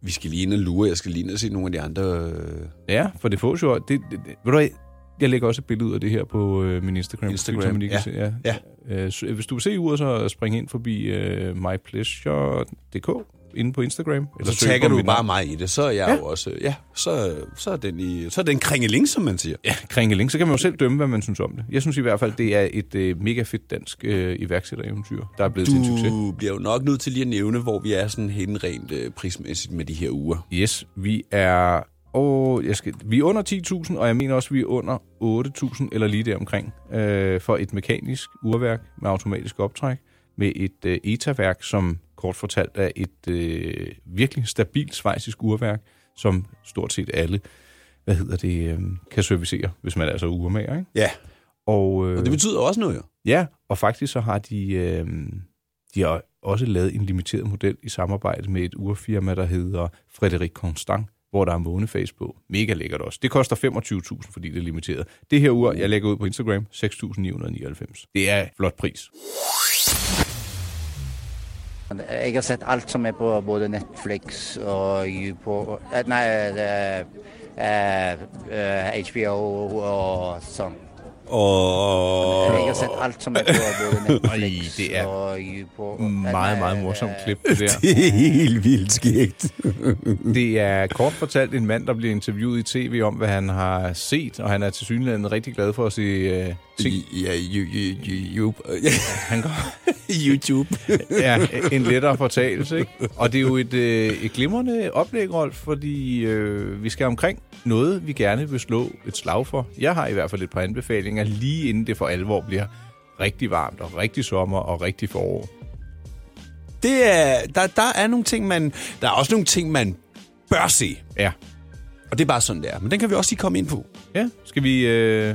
B: Vi skal lige ind og lure, jeg skal lige ind og se nogle af de andre... Øh,
C: Ja, for det fås jo... Det, det, det, ved du hvad, jeg lægger også et billede ud af det her på øh, min Instagram.
B: Instagram,
C: så man lige kan
B: ja.
C: Se, ja.
B: Ja.
C: Øh, så hvis du vil se uret, så spring ind forbi øh, mypleasure.dk inde på Instagram.
B: så
C: søg
B: tagger
C: på
B: du
C: mit
B: bare
C: navn.
B: mig i det, så er jeg ja. jo også... øh, Ja, så, så er den, i, så er den kringeling, som man siger.
C: Ja, kringeling. Så kan man jo selv dømme, hvad man synes om det. Jeg synes i hvert fald, det er et øh, mega fedt dansk øh, iværksættereventyr, der er blevet til en succes.
B: Du bliver jo nok nødt til lige at nævne, hvor vi er sådan henne rent øh, prismæssigt med de her uger.
C: Yes, vi er... Og jeg skal, vi er under 10.000, og jeg mener også, vi er under 8.000 eller lige deromkring øh, for et mekanisk urværk med automatisk optræk med et øh, ETA-værk, som kort fortalt er et øh, virkelig stabilt svejsisk urværk, som stort set alle hvad hedder det, øh, kan servicere, hvis man er altså urmager. Ikke?
B: Ja,
C: Og, øh,
B: og det betyder også noget jo.
C: Ja, og faktisk så har de, øh, de har også lavet en limiteret model i samarbejde med et urfirma, der hedder Frederik Constant, hvor der er månefase på. Mega lækkert også. Det koster 25.000, fordi det er limiteret. Det her ur, jeg lægger ud på Instagram, 6.999. Det er flot pris.
D: Jeg har sett alt som er på både Netflix og på eh, Nei, eh, eh, eh, HBO og sånn.
B: Og...
D: Jeg har sett alt som er på både
C: Oi,
D: Netflix
C: det er
D: og på
C: Meget, meget morsomt klip, det der.
B: Det er helt vildt skægt.
C: Det er kort fortalt en mand, der bliver interviewet i tv om, hvad han har set, og han er til synligheden rigtig glad for at se øh, ting.
B: Ja, you- you- you- you- ja,
C: Han går,
B: YouTube.
C: ja, en lettere fortalelse. Ikke? Og det er jo et, øh, et glimrende oplæg, Rolf, fordi øh, vi skal omkring noget, vi gerne vil slå et slag for. Jeg har i hvert fald et par anbefalinger, lige inden det for alvor bliver rigtig varmt og rigtig sommer og rigtig forår.
B: Det er, der, der er nogle ting, man... Der er også nogle ting, man bør se.
C: Ja.
B: Og det er bare sådan, det er. Men den kan vi også lige komme ind på.
C: ja. Skal vi... Øh,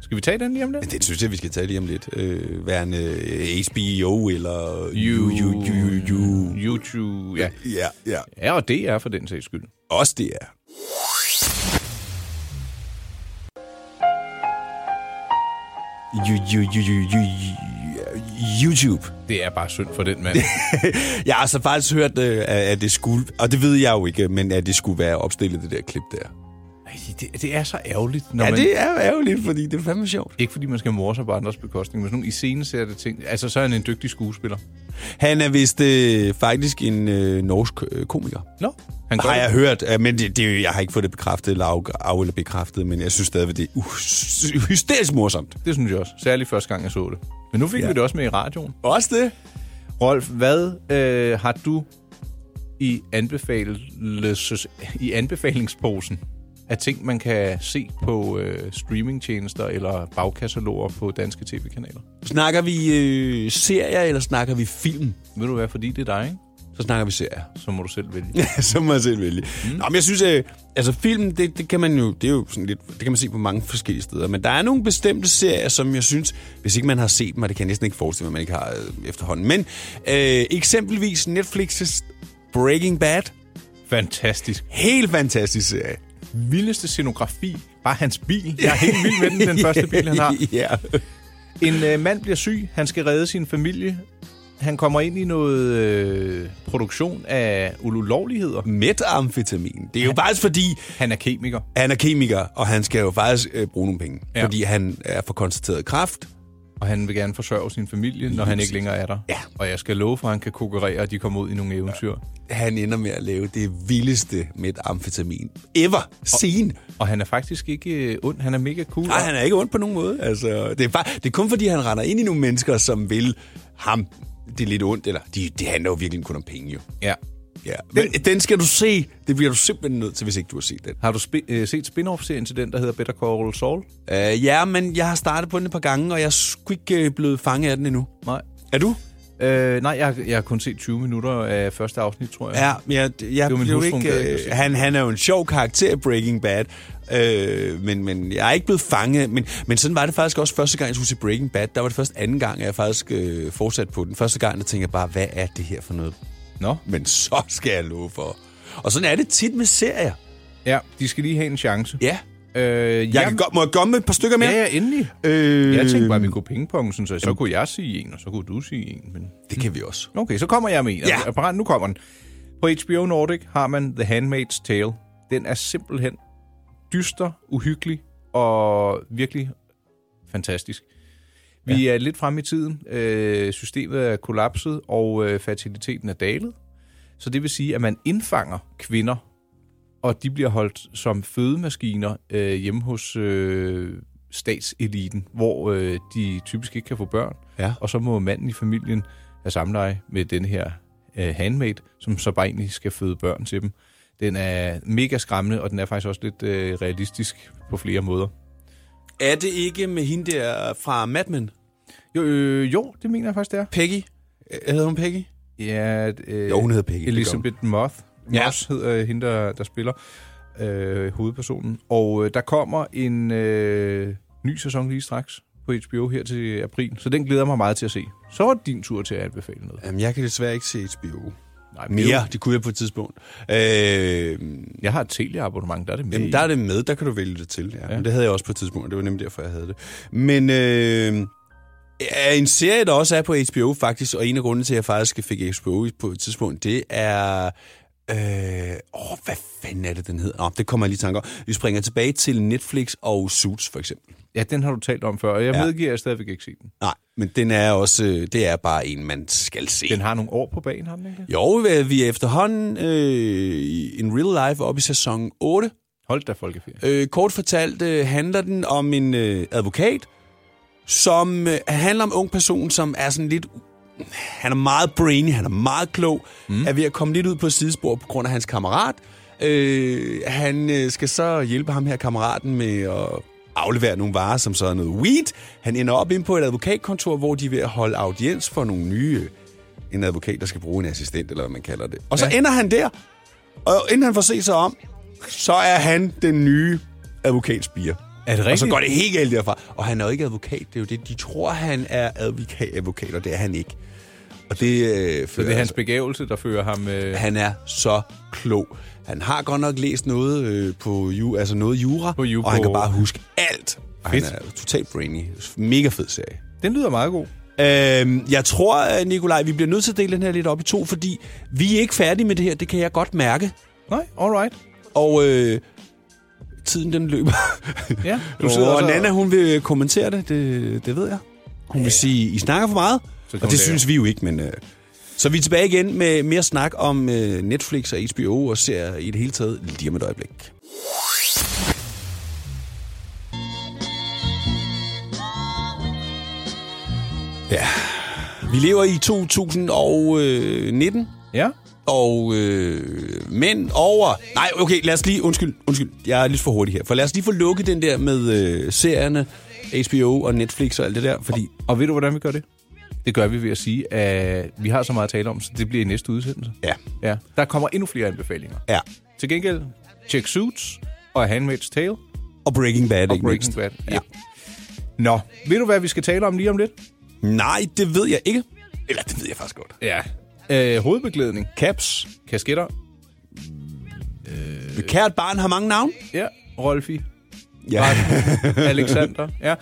C: skal vi tage den lige om lidt?
B: Det synes jeg, vi skal tale lige om lidt. Øh, værende HBO eller... you.
C: YouTube, ja.
B: Ja, ja.
C: Ja, og det er for den sags skyld.
B: Også det er. You, you, you, you, you, YouTube.
C: Det er bare synd for den mand.
B: Jeg har altså faktisk hørt, øh, at at det skulle, og det ved jeg jo ikke, men at det skulle være opstillet, det der klip der.
C: Ej, det, det er så ærgerligt, når
B: Ja,
C: man...
B: det er ærgerligt, fordi det er fandme sjovt.
C: Ikke fordi man skal morse sig på andres bekostning, men sådan nogle iscenesætte ting. Altså, så er han en dygtig skuespiller.
B: Han er vist øh, faktisk en øh, norsk øh, komiker.
C: Nå, han
B: Har
C: det.
B: jeg hørt, øh, men det, det, jeg har ikke fået det bekræftet eller af, af eller bekræftet, men jeg synes stadigvæk, det er uh, hysterisk morsomt.
C: Det synes jeg også. Særligt første gang, jeg så det. Men nu fik
B: Ja.
C: ja. vi det også med i radioen.
B: Også det.
C: Rolf, hvad øh, har du i, anbefales, i anbefalingsposen af ting, man kan se på øh, streamingtjenester eller bagkataloger på danske tv-kanaler?
B: Snakker vi øh, serier, eller snakker vi film?
C: Ved du hvad, fordi det er dig, ikke?
B: Så snakker vi serier.
C: så må du selv vælge.
B: Ja, så må jeg selv vælge. Mm. Nå, men jeg synes, øh, altså film, det, det kan man jo, det er jo sådan lidt, det kan man se på mange forskellige steder, men der er nogle bestemte serier, som jeg synes, hvis ikke man har set dem, og det kan jeg næsten ikke forestille mig, at man ikke har øh, efterhånden, men øh, eksempelvis Netflix's Breaking Bad,
C: Fantastisk.
B: helt fantastisk serie.
C: Vildeste scenografi. Bare hans bil. Jeg er helt vild med den, den første bil, han har.
B: ja.
C: En øh, mand bliver syg, han skal redde sin familie. Han kommer ind i noget øh, produktion af ulovligheder.
B: Metamfetamin. Det er jo faktisk fordi,
C: Han er kemiker.
B: han er kemiker, og han skal jo faktisk øh, bruge nogle penge, ja.
C: Ja.
B: fordi han er for konstateret kræft,
C: og han vil gerne forsørge sin familie, når han ikke længere er der.
B: Ja.
C: Og jeg skal love for, at han kan konkurrere, og de kommer ud i nogle eventyr.
B: Han ender med at lave det vildeste med et amfetamin ever seen.
C: Og han er faktisk ikke øh, ond, han er mega cool.
B: Nej, han er ikke ondt på nogen måde. Altså, det, er bare, det er kun fordi, han render ind i nogle mennesker, som vil ham det er lidt ondt, eller de, det handler jo virkelig kun om penge jo.
C: Ja.
B: Ja. Men, den, den skal du se. Det bliver du simpelthen nødt til, hvis ikke du har set den.
C: Har du spi- øh, set spin-off-serien til den, der hedder Better Call Saul?
B: Uh, ja, men jeg har startet på den et par gange, og jeg er sgu ikke øh, blevet fanget af den endnu.
C: Nej.
B: Er du?
C: Øh, nej, jeg, har- jeg har kun set 20 minutter af første afsnit, tror jeg.
B: Ja, jeg, jeg
C: var min
B: blev
C: hustru, hun gad
B: ikke...
C: ikke at
B: Øh,
C: se
B: han, han er jo en sjov karakter i Breaking Bad, øh, men, men jeg er ikke blevet fanget. Men, men sådan var det faktisk også første gang, jeg skulle se Breaking Bad. Der var det først anden gang, jeg faktisk øh, fortsat på den. Første gang, der tænkte jeg bare, hvad er det her for noget?
C: Nå?
B: Men så skal jeg love for. Og sådan er det tit med serier.
C: Ja, de skal lige have en chance.
B: Ja.
C: Øh, jeg
B: Jeg kan godt, må jeg komme med et par stykker mere?
C: Ja, ja, endelig.
B: Øh,
C: Jeg tænkte bare, at vi kunne pingpong, sådan, så, så kunne jeg sige en, og så kunne du sige en. Men...
B: Det kan vi også.
C: Okay, så kommer jeg med en.
B: Ja.
C: Ja. Apparat, nu kommer den. På HBO Nordic har man The Handmaid's Tale. Den er simpelthen dyster, uhyggelig og virkelig fantastisk. Vi ja. er lidt frem i tiden. Øh, systemet er kollapset, og øh, fertiliteten er dalet. Så det vil sige, at man indfanger kvinder, og de bliver holdt som fødemaskiner øh, hjemme hos øh, statseliten, hvor øh, de typisk ikke kan få børn.
B: Ja.
C: Og så må manden i familien have samleje med den her øh, handmaid, som så bare egentlig skal føde børn til dem. Den er mega skræmmende, og den er faktisk også lidt øh, realistisk på flere måder.
B: Er det ikke med hende der fra Mad Men?
C: Jo, øh, jo det mener jeg faktisk, det er.
B: Peggy? Øh, Hedder hun Peggy?
C: Ja, øh,
B: Jo, hun hedder Peggy, det gør hun.
C: Elizabeth Moth.
B: Ja.
C: Ja. Moss hedder hende, der, der spiller øh, hovedpersonen. Og øh, der kommer en øh, ny sæson lige straks på HBO her til april, så den glæder jeg mig meget til at se. Så var det din tur til at anbefale noget.
B: Jamen, jeg kan desværre ikke se HBO.
C: Nej, men det er
B: Mere,
C: jo-
B: det kunne jeg på et tidspunkt. Øh,
C: Jeg har et Telia-abonnement, der er det med.
B: jamen,
C: i.
B: der er det med, der kan du vælge det til. Ja. Men Det havde jeg også på et tidspunkt, og det var nemlig derfor, jeg havde det. Men øh, ja, en serie, der også er på HBO faktisk, og en af grundene til, at jeg faktisk fik HBO på et tidspunkt, det er... Øh, åh, hvad fanden er det, den hedder? Nå, det kommer jeg lige i tanker. Vi springer tilbage til Netflix og Suits, for eksempel.
C: Ja, den har du talt om før, og jeg
B: Ja.
C: ja. medgiver, at jeg stadigvæk ikke set den.
B: Nej, men den er også... øh, Det er bare en, man skal se.
C: Den har nogle år på banen, har den ikke?
B: Jo, hvad- vi er efterhånden øh, i- in real life oppe i sæson 8.
C: Hold da, folkeferie.
B: Øh, kort fortalt øh, handler den om en øh, advokat, som øh, handler om en ung person, som er sådan lidt... Han er meget brainy, han er meget klog, mm. er ved at komme lidt ud på et sidespor på grund af hans kammerat. Øh, han øh, skal så hjælpe ham her kammeraten med at aflevere nogle varer, som så er noget weed. Han ender op ind på et advokatkontor, hvor de er ved at holde audiens for nogle nye... Øh, en advokat, der skal bruge en assistent, eller hvad man kalder det. Og så ja. ender han der, og inden han får set sig om, så er han den nye advokatspire.
C: Er det
B: Og så
C: rigtigt?
B: går det helt galt derfra. Og han er jo ikke advokat, det er jo det. De tror, han er advokat, advokat og det er han ikke. Og det, øh,
C: Så det er hans begævelse, der fører ham... Øh,
B: han er så klog. Han har godt nok læst noget øh, på ju, altså noget jura,
C: På ju-
B: og han kan
C: på-
B: bare huske alt. Og han
C: Fedt.
B: er totalt brainy. Mega fed serie.
C: den lyder meget god.
B: Øhm, jeg tror, øh, Nikolaj, vi bliver nødt til at dele den her lidt op i to, fordi vi er ikke færdige med det her. Det kan jeg godt mærke.
C: Nej, all right.
B: Og øh, tiden den løber.
C: Ja.
B: Du sidder og
C: også-
B: Nana, hun vil kommentere det. Det, det ved jeg. Hun vil sige, I snakker for meget.
C: kan
B: Og
C: hun
B: det
C: lære.
B: synes vi jo ikke, men... Øh, så vi er tilbage igen med mere snak om øh, Netflix og HBO og serier i det hele taget lige om et øjeblik. Ja, vi lever i øh, 2019,
C: Ja.
B: og øh, mænd over... Nej, okay, lad os lige... Undskyld, undskyld. Jeg er lidt for hurtig her. For lad os lige få lukket den der med øh, serierne, HBO og Netflix og alt det der, fordi...
C: Og ved du, hvordan vi gør det? Det gør vi ved at sige, at vi har så meget at tale om, så det bliver i næste udsendelse.
B: Ja.
C: ja. Der kommer endnu flere anbefalinger.
B: Ja.
C: Til gengæld, check Suits og Handmaid's Tale og
B: Og Breaking Bad, ikke
C: Breaking
B: mindst.
C: Bad.
B: Ja.
C: Nå, ved du, hvad vi skal tale om lige om lidt?
B: Nej, det ved jeg ikke. Eller det ved jeg faktisk godt.
C: Ja. Øh, hovedbeklædning,
B: Caps.
C: kasketter,
B: Øh. Kært barn har mange navne.
C: ja, Rolfi,
B: Ja.
C: Alexander, ja.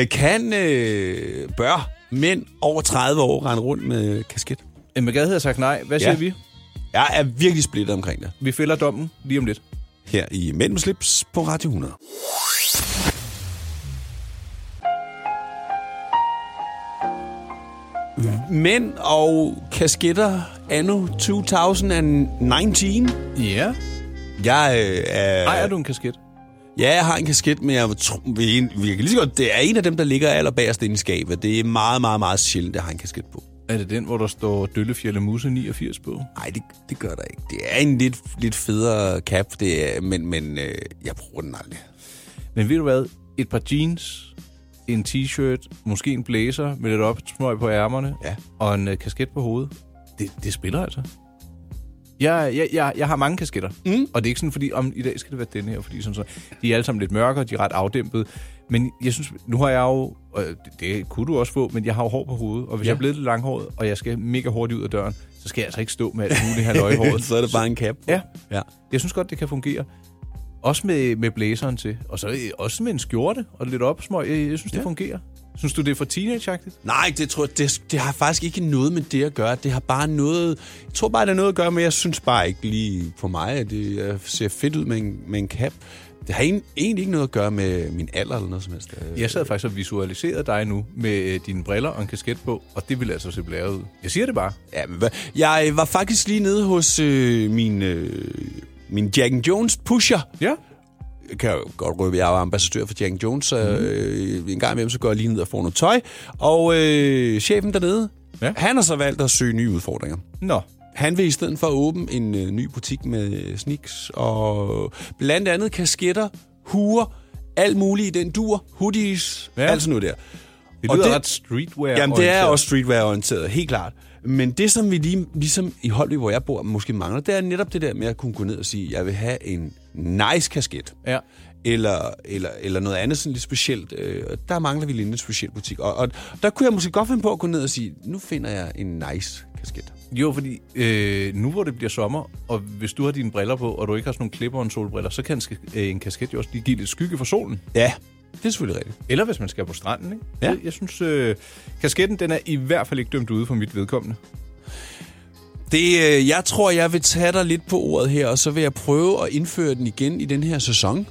B: øh, kan øh, bør mænd over 30 år rende rundt med kasket?
C: Øh, Men Gade havde sagt nej. Hvad
B: Ja.
C: siger ja. vi?
B: Jeg er virkelig splittet omkring det.
C: Vi fælder dommen lige om lidt.
B: Her i Mænd med slips på Radio 100. Mænd og kasketter anno 2019.
C: Ja.
B: Jeg øh, er...
C: Ejer du en kasket?
B: Ja, jeg har en kasket, men jeg tror, vi, vi kan lige så godt... Det er en af dem, der ligger allerbagerst inde i skabet. Det er meget, meget, meget sjældent, jeg har en kasket på.
C: Er det den, hvor der står Døllefjælde Muse 89 på?
B: Nej, det, det gør der ikke. Det er en lidt, lidt federe cap, det er, men, men øh, jeg bruger den aldrig.
C: Men ved du hvad? Et par jeans, en t-shirt, måske en blazer med lidt opsmøg på ærmerne
B: Ja.
C: og en øh, kasket på hovedet. Det, det spiller altså. Jeg, jeg, jeg, jeg har mange kasketter, mm. og det er ikke sådan, fordi om, i dag skal det være den her, fordi sådan, så, de er alle sammen lidt mørkere, de er ret afdæmpede. Men jeg synes, nu har jeg jo, og det, det kunne du også få, men jeg har jo hår på hovedet, og hvis ja. jeg er blevet lidt langhåret, og jeg skal mega hurtigt ud af døren, så skal jeg altså ikke stå med alt muligt her i håret.
B: så er det bare en cap.
C: Ja,
B: ja.
C: jeg synes godt, det kan fungere. Også med, med blæseren til. Og så øh, også med en skjorte og lidt opsmøg. Øh, Jeg, jeg synes, ja. det fungerer. Synes du, det er for teenage-agtigt?
B: Nej, det, tror, jeg- det, det har faktisk ikke noget med det at gøre. Det har bare noget... Jeg tror bare, det har noget at gøre med, jeg synes bare ikke lige på mig, at det jeg ser fedt ud med en, med en cap. Det har en- egentlig ikke noget at gøre med min alder eller noget som helst. Øh,
C: Jeg sad faktisk og visualiserede dig nu med øh, dine briller og en kasket på, og det ville altså se blæret ud. Jeg siger det bare.
B: Ja, men hvad? Jeg øh, var faktisk lige nede hos øh, min, øh, min Jack and Jones pusher.
C: Ja.
B: Jeg kan jo godt røbe, jeg er jo ambassadør for Jack and Jones, så øh, en gang imellem, så går jeg lige ned og får noget tøj. Og øh, chefen dernede,
C: Ja.
B: ja. han har så valgt at søge nye udfordringer.
C: Nå.
B: Han vil i stedet for åbne en øh, ny butik med øh, sneaks og blandt andet kasketter, huer, alt muligt i den dur, hoodies,
C: Ja.
B: ja. alt sådan noget der.
C: Det
B: Og
C: lyder
B: det-
C: ret streetwear
B: Jamen, det er også streetwear-orienteret, helt klart. Men det, som vi lige, ligesom i Holby, hvor jeg bor, måske mangler, det er netop det der med at kunne gå ned og sige, jeg vil have en nice kasket.
C: Ja.
B: Eller, eller, eller noget andet sådan lidt specielt. Øh, og der mangler vi lige en speciel butik. Og, og der kunne jeg måske godt finde på at gå ned og sige, nu finder jeg en nice kasket.
C: Jo, fordi øh, nu hvor det bliver sommer, og hvis du har dine briller på, og du ikke har sådan nogle klipper og en solbriller, så kan en, sk- øh, en kasket jo også lige give lidt skygge for solen.
B: Ja, det er selvfølgelig rigtigt.
C: Eller hvis man skal på stranden, ikke?
B: Ja.
C: Jeg, jeg synes, øh, kasketten den er i hvert fald ikke dømt ude for mit vedkommende.
B: Det, øh, jeg tror, jeg vil tage dig lidt på ordet her, og så vil jeg prøve at indføre den igen i den her sæson.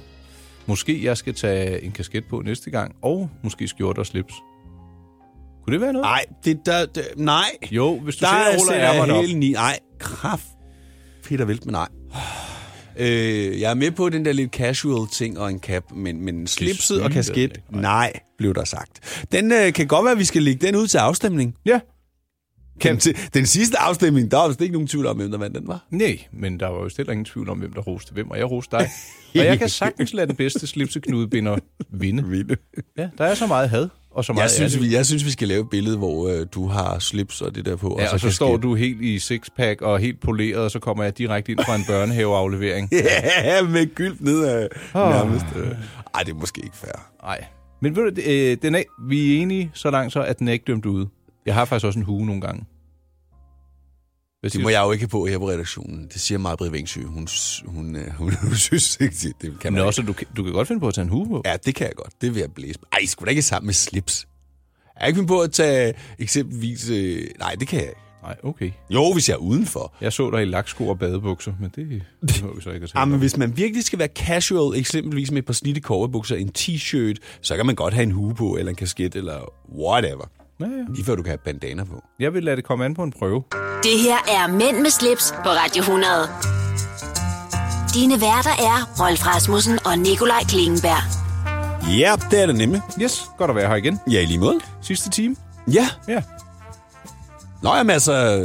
C: Måske jeg skal tage en kasket på næste gang, og måske skjorte og slips. Kunne det være noget?
B: Nej, det der... Det, nej.
C: Jo, hvis du
B: Ah, der
C: sidder og ruller
B: sætter jeg
C: ærmerne op.
B: hele ni. Nej, kraft. Peter Vildt, men nej. Øh, jeg er med på den der lidt casual ting og en cap, men, men slipset
C: synes
B: og
C: jeg
B: kasket,
C: ikke. Nej.
B: nej, blev der sagt. Den øh, kan godt være, at vi skal lægge den ud til afstemning.
C: Ja.
B: Kan, den, den sidste afstemning, der var vist ikke nogen tvivl om, hvem der vandt den, var.
C: Nej, men der var jo heller ingen tvivl om, hvem der roste hvem, og jeg roste dig. og jeg kan sagtens lade den bedste slipseknudebinder vinde.
B: Vinde.
C: Ja, der er så meget had, og så meget
B: Jeg synes,
C: ærlighed.
B: vi, jeg synes, vi skal lave et billede, hvor øh, du har slips og det der på.
C: Ja, og så
B: Altså, kasket.
C: står du helt i sixpack og helt poleret, og så kommer jeg direkte ind fra en børnehaveaflevering.
B: Ja, med gyldt ned af nærmest. Øh. Ej, det er måske ikke fair.
C: Nej. Men ved du, det, øh, den er, vi er enige så langt så, at den er ikke dømt ude. Jeg har faktisk også en hue nogle gange. Hvad
B: Det
C: siger
B: må
C: du?
B: jeg jo ikke have på her på redaktionen. Det siger mig, Britt Vingsø. Hun, s- hun, øh, hun, hun synes ikke, det- det kan man
C: Nå,
B: ikke.
C: så du, kan- du kan godt finde på at tage en hue på.
B: Ja, det kan jeg godt. Det vil jeg blæse. på. Ej, skulle da ikke sammen med slips? Jeg ikke finde på at tage eksempelvis... Øh, nej, det kan jeg ikke.
C: Nej, okay.
B: Jo, hvis jeg er udenfor.
C: Jeg så dig i laksko og badebukser, men det behøver vi så ikke at tale
B: Jamen,
C: om.
B: Ah, hvis man virkelig skal være casual, eksempelvis med et par slitte korvebukser, en t-shirt, så kan man godt have en hue på, eller en kasket, eller whatever.
C: Ja, ja.
B: Lige før du kan have bandana på.
C: Jeg vil lade det komme an på en prøve.
A: Det her er Mænd med slips på Radio 100. Dine værter er Rolf Rasmussen og Nikolaj Klingenberg.
B: Ja, det er det nemme.
C: Yes, godt at være her igen.
B: Ja, i lige måde.
C: Sidste time.
B: Ja.
C: Ja.
B: Nå, jamen altså...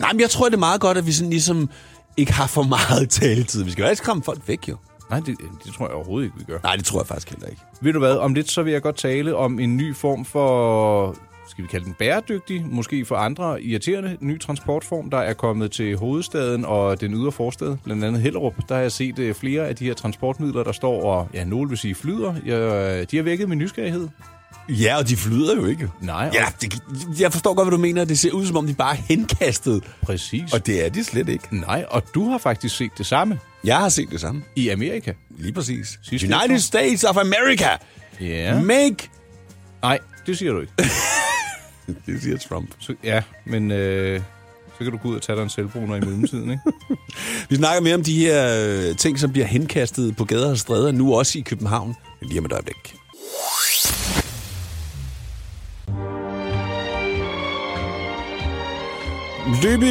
B: Nej, men jeg tror, det er meget godt, at vi sådan ligesom ikke har for meget taletid. Vi skal jo ikke skræmme folk væk, jo.
C: Nej, det, det tror jeg overhovedet ikke, vi gør.
B: Nej, det tror jeg faktisk heller ikke.
C: Ved du hvad, om lidt så vil jeg godt tale om en ny form for, skal vi kalde den bæredygtig, måske for andre irriterende, ny transportform, der er kommet til hovedstaden og den ydre forstad, blandt andet Hellerup. Der har jeg set øh, flere af de her transportmidler, der står og, ja, nogle vil sige flyder. Ja, de har vækket min nysgerrighed.
B: Ja, og de flyder jo ikke.
C: Nej, og-
B: Ja, det, jeg forstår godt, hvad du mener. Det ser ud, som om de bare er henkastet.
C: Præcis. Og
B: Og det er de slet ikke.
C: Nej, og du har faktisk set det samme
B: Jeg har set det samme.
C: i Amerika.
B: Lige præcis.
C: Sidste
B: United
C: efterår.
B: States of America.
C: Ja.
B: Make...
C: Nej, det siger du ikke.
B: Det siger Trump.
C: Så, ja, men øh, så kan du gå ud og tage dig en selvbruner i mellemtiden, ikke?
B: Vi snakker mere om de her øh, ting, som bliver henkastet på gader og stræder, nu også i København. Lige om et øjeblik. Løbe,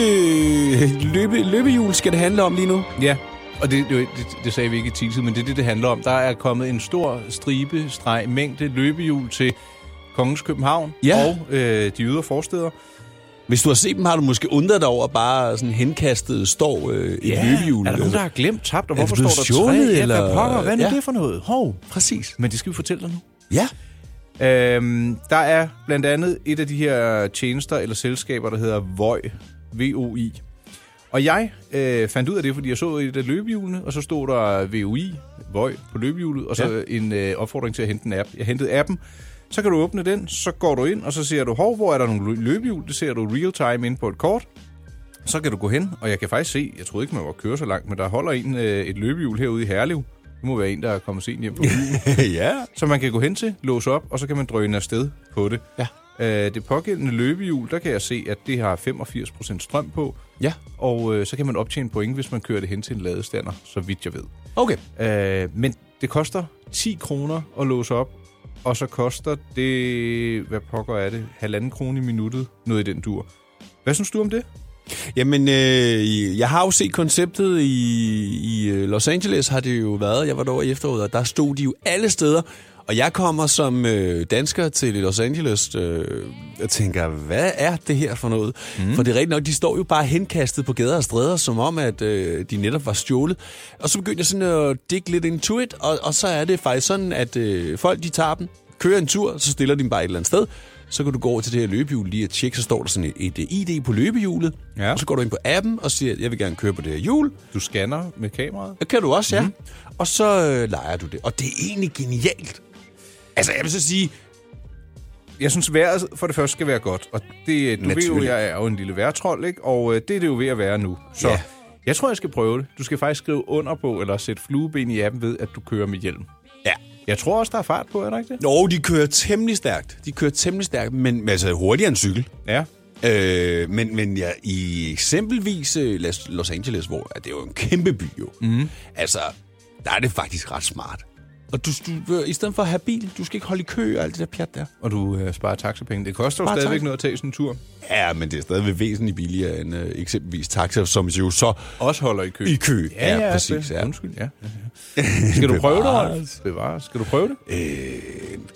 B: løbe, løbehjul skal det handle om lige nu.
C: Ja, og det, det, var- det, det sagde vi ikke i teaset, men det er det, det handler om. Der er kommet en stor stribe, streg, mængde løbehjul til Kongens København
B: Ja.
C: og øh, de ydre forsteder.
B: Hvis du har set dem, har du måske undret dig over bare sådan henkastet står øh, et løbehjul.
C: Er der nogen, der har glemt tabt, og
B: Er det
C: hvorfor
B: blevet
C: står der
B: stjålet,
C: tre? Ja,
B: eller-
C: hvad pokker, hvad er nu
B: Ja.
C: det for noget? Hov.
B: Præcis.
C: Men det skal vi fortælle dig nu.
B: Ja.
C: Øhm, der er blandt andet et af de her tjenester eller selskaber, der hedder VOI. VOI. Og jeg øh, fandt ud af det, fordi jeg så et af løbehjulene, og så stod der VOI, VOI på løbehjulet, og så ja. en øh, opfordring til at hente en app. Jeg hentede appen. Så kan du åbne den, så går du ind, og så ser du, hov, hvor er der nogle lø- løbehjul? Det ser du real time ind på et kort. Så kan du gå hen, og jeg kan faktisk se, jeg troede ikke, man var køre så langt, men der holder en øh, et løbehjul herude i Herlev. Det må være en, der er kommet sent hjem på
B: ja.
C: som man kan gå hen til, låse op, og så kan man drøne afsted på det.
B: Ja.
C: Øh, det pågældende løbehjul, der kan jeg se, at det har 85% strøm på,
B: Ja.
C: og øh, så kan man optjene point, hvis man kører det hen til en ladestander, så vidt jeg ved.
B: Okay.
C: Øh, men det koster 10 kroner at låse op, og så koster det, hvad pokker er det, halvanden krone i minuttet, noget i den dur. Hvad synes du om det?
B: Jamen, øh, jeg har jo set konceptet i, i øh, Los Angeles, har det jo været. Jeg var derovre i efteråret, og der stod de jo alle steder. Og jeg kommer som øh, dansker til Los Angeles øh, og tænker, hvad er det her for noget? Mm. For det er rigtigt nok, de står jo bare henkastet på gader og stræder, som om, at øh, de netop var stjålet. Og så begyndte jeg sådan at digge lidt into it, og, og så er det faktisk sådan, at øh, folk de tager dem, kører en tur, så stiller de dem bare et eller andet sted. Så kan du gå over til det her løbehjul lige og tjekke, så står der sådan et, et øh, ID på løbehjulet.
C: Ja.
B: Og så går du ind på appen og siger, jeg vil gerne køre på det her hjul.
C: Du scanner med kameraet?
B: Det kan du også, ja. Mm-hmm. Og så øh, leger du det. Og det er egentlig genialt. Altså, jeg vil så sige,
C: Jeg synes, vejret for det første skal være godt. Og det, du ved jo,
B: Naturligt.
C: jeg er jo en lille vejrtrold, ikke? Og øh, det er det jo ved at være nu. Så
B: Ja.
C: ja. jeg tror, jeg skal prøve det. Du skal faktisk skrive under på, eller sætte flueben i appen ved, at du kører med hjelm.
B: ja.
C: Jeg tror også, der er fart på, er der ikke det?
B: Jo, de kører temmelig stærkt. De kører temmelig stærkt, men men altså hurtigere end cykel.
C: Ja.
B: Øh, men, men ja, i eksempelvis øh, Las- Los Angeles, hvor at det er jo en kæmpe by jo. Mm. Altså, der er det faktisk ret smart. Og du, du, øh, i stedet for at have bil, du skal ikke holde i kø og alt det der pjat der.
C: Og du øh, sparer taxapenge. Det koster jo
B: Bare
C: stadigvæk
B: tak.
C: noget at tage sådan en tur.
B: Ja, men det er stadigvæk væsentligt billigere end øh, eksempelvis taxa, som jo så
C: Også holder i kø.
B: i kø.
C: Ja, ja,
B: præcis. Ja.
C: Undskyld, ja. ja, ja. Skal du prøve det,
B: Bevares.
C: Rolf? Bevares. Skal du prøve det?
B: Øh,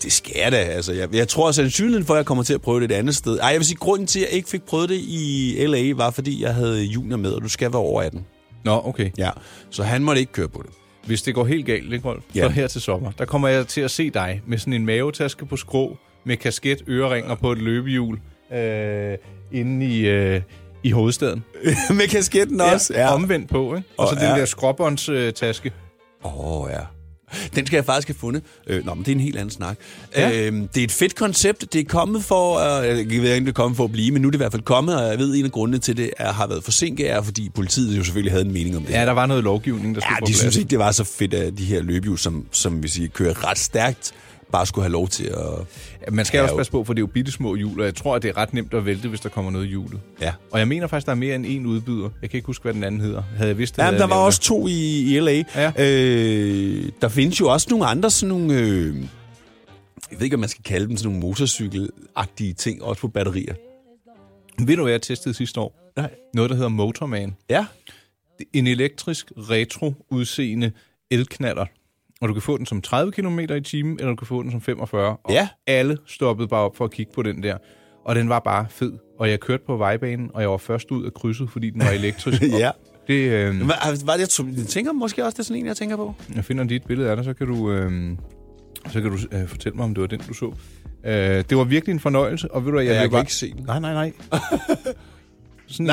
B: det skal jeg da. Altså, jeg, jeg tror sandsynligheden for, at jeg kommer til at prøve det et andet sted. Ej, jeg vil sige, grunden til, at jeg ikke fik prøvet det i L.A., var, fordi jeg havde junior med, og du skal være over 18.
C: Nå, okay.
B: Ja. Så han måtte ikke køre på det.
C: Hvis det går helt galt, ikke, Rolf?
B: Ja.
C: Ja. Så her til sommer, der kommer jeg til at se dig med sådan en mavetaske på skrå, med kasket, øreringer på et løbehjul, øh, inde i, øh, i hovedstaden.
B: Med kasketten også?
C: Omvendt på, ikke? Og,
B: Og
C: så den
B: ja.
C: der skråbåndstaske.
B: Åh, oh, ja. Den skal jeg faktisk have fundet. Øh, nå, men det er en helt anden snak. Ja.
C: Ja.
B: Øh, det er et fedt koncept. Det er kommet for, øh, jeg ved ikke, om det er kommet for at blive, men nu er det i hvert fald kommet, og jeg ved, en af grundene til det er, har været forsinket, er, fordi politiet jo selvfølgelig havde en mening om det.
C: Ja, der var noget lovgivning, der skulle
B: Ja,
C: på
B: de
C: plads.
B: synes ikke, det var så fedt, at de her løbehjul, som, som vi siger, kører ret stærkt, bare skulle have lov til at...
C: Ja, Man skal
B: Ja,
C: ja, også
B: jo.
C: passe på, for det er jo bitte små hjul, og jeg tror, at det er ret nemt at vælte, hvis der kommer noget i hjulet.
B: Ja.
C: Og jeg mener faktisk, der er mere end én udbyder. Jeg kan ikke huske, hvad den anden hedder. Havde jeg vidst det,
B: Ja,
C: havde
B: men der
C: jeg
B: var
C: nævnt
B: også
C: det.
B: to i, i L.A.
C: Ja.
B: Øh, der findes jo også nogle andre sådan nogle... Øh, jeg ved ikke, om man skal kalde dem sådan nogle motorcykelagtige ting, også på batterier.
C: Ved du, hvad jeg testede sidste år?
B: Nej.
C: Noget, der hedder Motorman.
B: Ja.
C: en elektrisk retro-udseende elknaller. Og du kan få den som 30 km i timen, eller du kan få den som 45. Og
B: Ja.
C: alle stoppede bare op for at kigge på den der. Og den var bare fed. Og jeg kørte på vejbanen, og jeg var først ud af krydset, fordi den var elektrisk.
B: Ja.
C: Og Det, øh,
B: Var, var det, jeg tænker måske også, det er sådan en, jeg tænker på?
C: jeg finder dit billede af dig, så kan du, øh, så kan du øh, fortælle mig, om det var den, du så. Øh, det var virkelig en fornøjelse, og ved du hvad, jeg,
B: Jeg, jeg
C: blev
B: kan
C: bare-
B: ikke se den.
C: Nej, nej, nej. Sådan,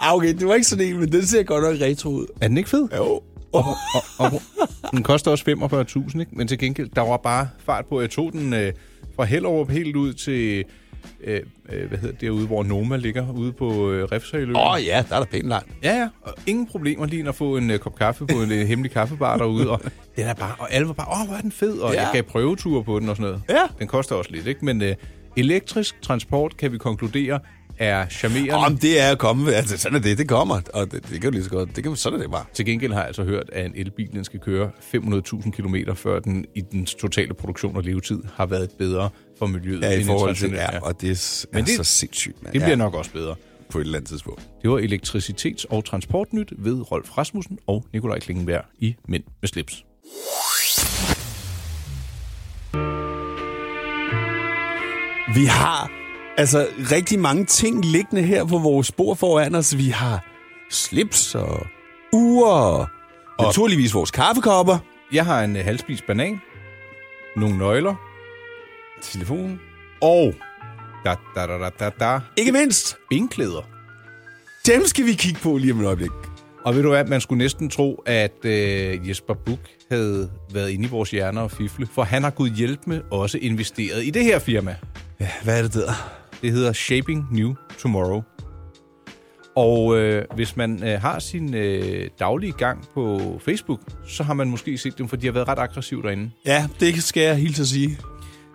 B: Ah, okay, det var ikke sådan en, men den ser godt nok retro ud.
C: er den ikke fed?
B: Jo.
C: og, og den koster også 45.000, ikke? Men til gengæld, der var bare fart på. Jeg tog den øh, fra Hellerup helt ud til, øh, øh, hvad hedder det derude, hvor Noma ligger, ude på øh, Refshøjløen.
B: Åh oh, ja, der er da pænt langt.
C: Ja, ja. Og ingen problemer lige end at få en øh, kop kaffe på en øh, hemmelig kaffebar derude. Og, den er bare, og alle var bare, åh, hvor er den fed, og
B: Ja.
C: ja. jeg gav prøveture på den og sådan noget.
B: Ja.
C: Den koster også lidt, ikke? Men øh, elektrisk transport, kan vi konkludere, er charmerende.
B: Åh, men det er at komme. Altså, sådan er det. Det kommer. Og det, det kan jo lige så godt. Det kan, sådan er det bare.
C: Til gengæld har jeg altså hørt, at en elbil den skal køre 500.000 km, før den i den totale produktion og levetid har været bedre for miljøet.
B: Ja,
C: end
B: i
C: en
B: forhold til...
C: traditionel,
B: Ja, og det er, men
C: Men
B: det,
C: det-
B: så sindssygt, mand.
C: Det bliver
B: ja.
C: nok også bedre.
E: på et eller andet tidspunkt.
C: Det var elektricitets- og transportnyt ved Rolf Rasmussen og Nikolaj Klingenberg i Mænd med slips.
B: Vi har altså rigtig mange ting liggende her på vores bord foran os. Vi har slips og uger og naturligvis vores kaffekopper.
C: Jeg har en øh, halvspist banan, nogle nøgler,
B: Telefon.
C: og da, da, da, da, da, da,
B: Ikke mindst,
C: benklæder.
B: dem skal vi kigge på lige om et øjeblik.
C: Og ved du hvad, man skulle næsten tro, at øh, Jesper Buch havde været inde i vores hjerner og fifle, for han har gået hjælp med også investeret i det her firma.
B: Ja, hvad er det der?
C: Det hedder Shaping New Tomorrow. Og øh, hvis man øh, har sin øh, daglige gang på Facebook, så har man måske set dem, for de har været ret aggressive derinde.
B: Ja, det skal jeg helt at sige.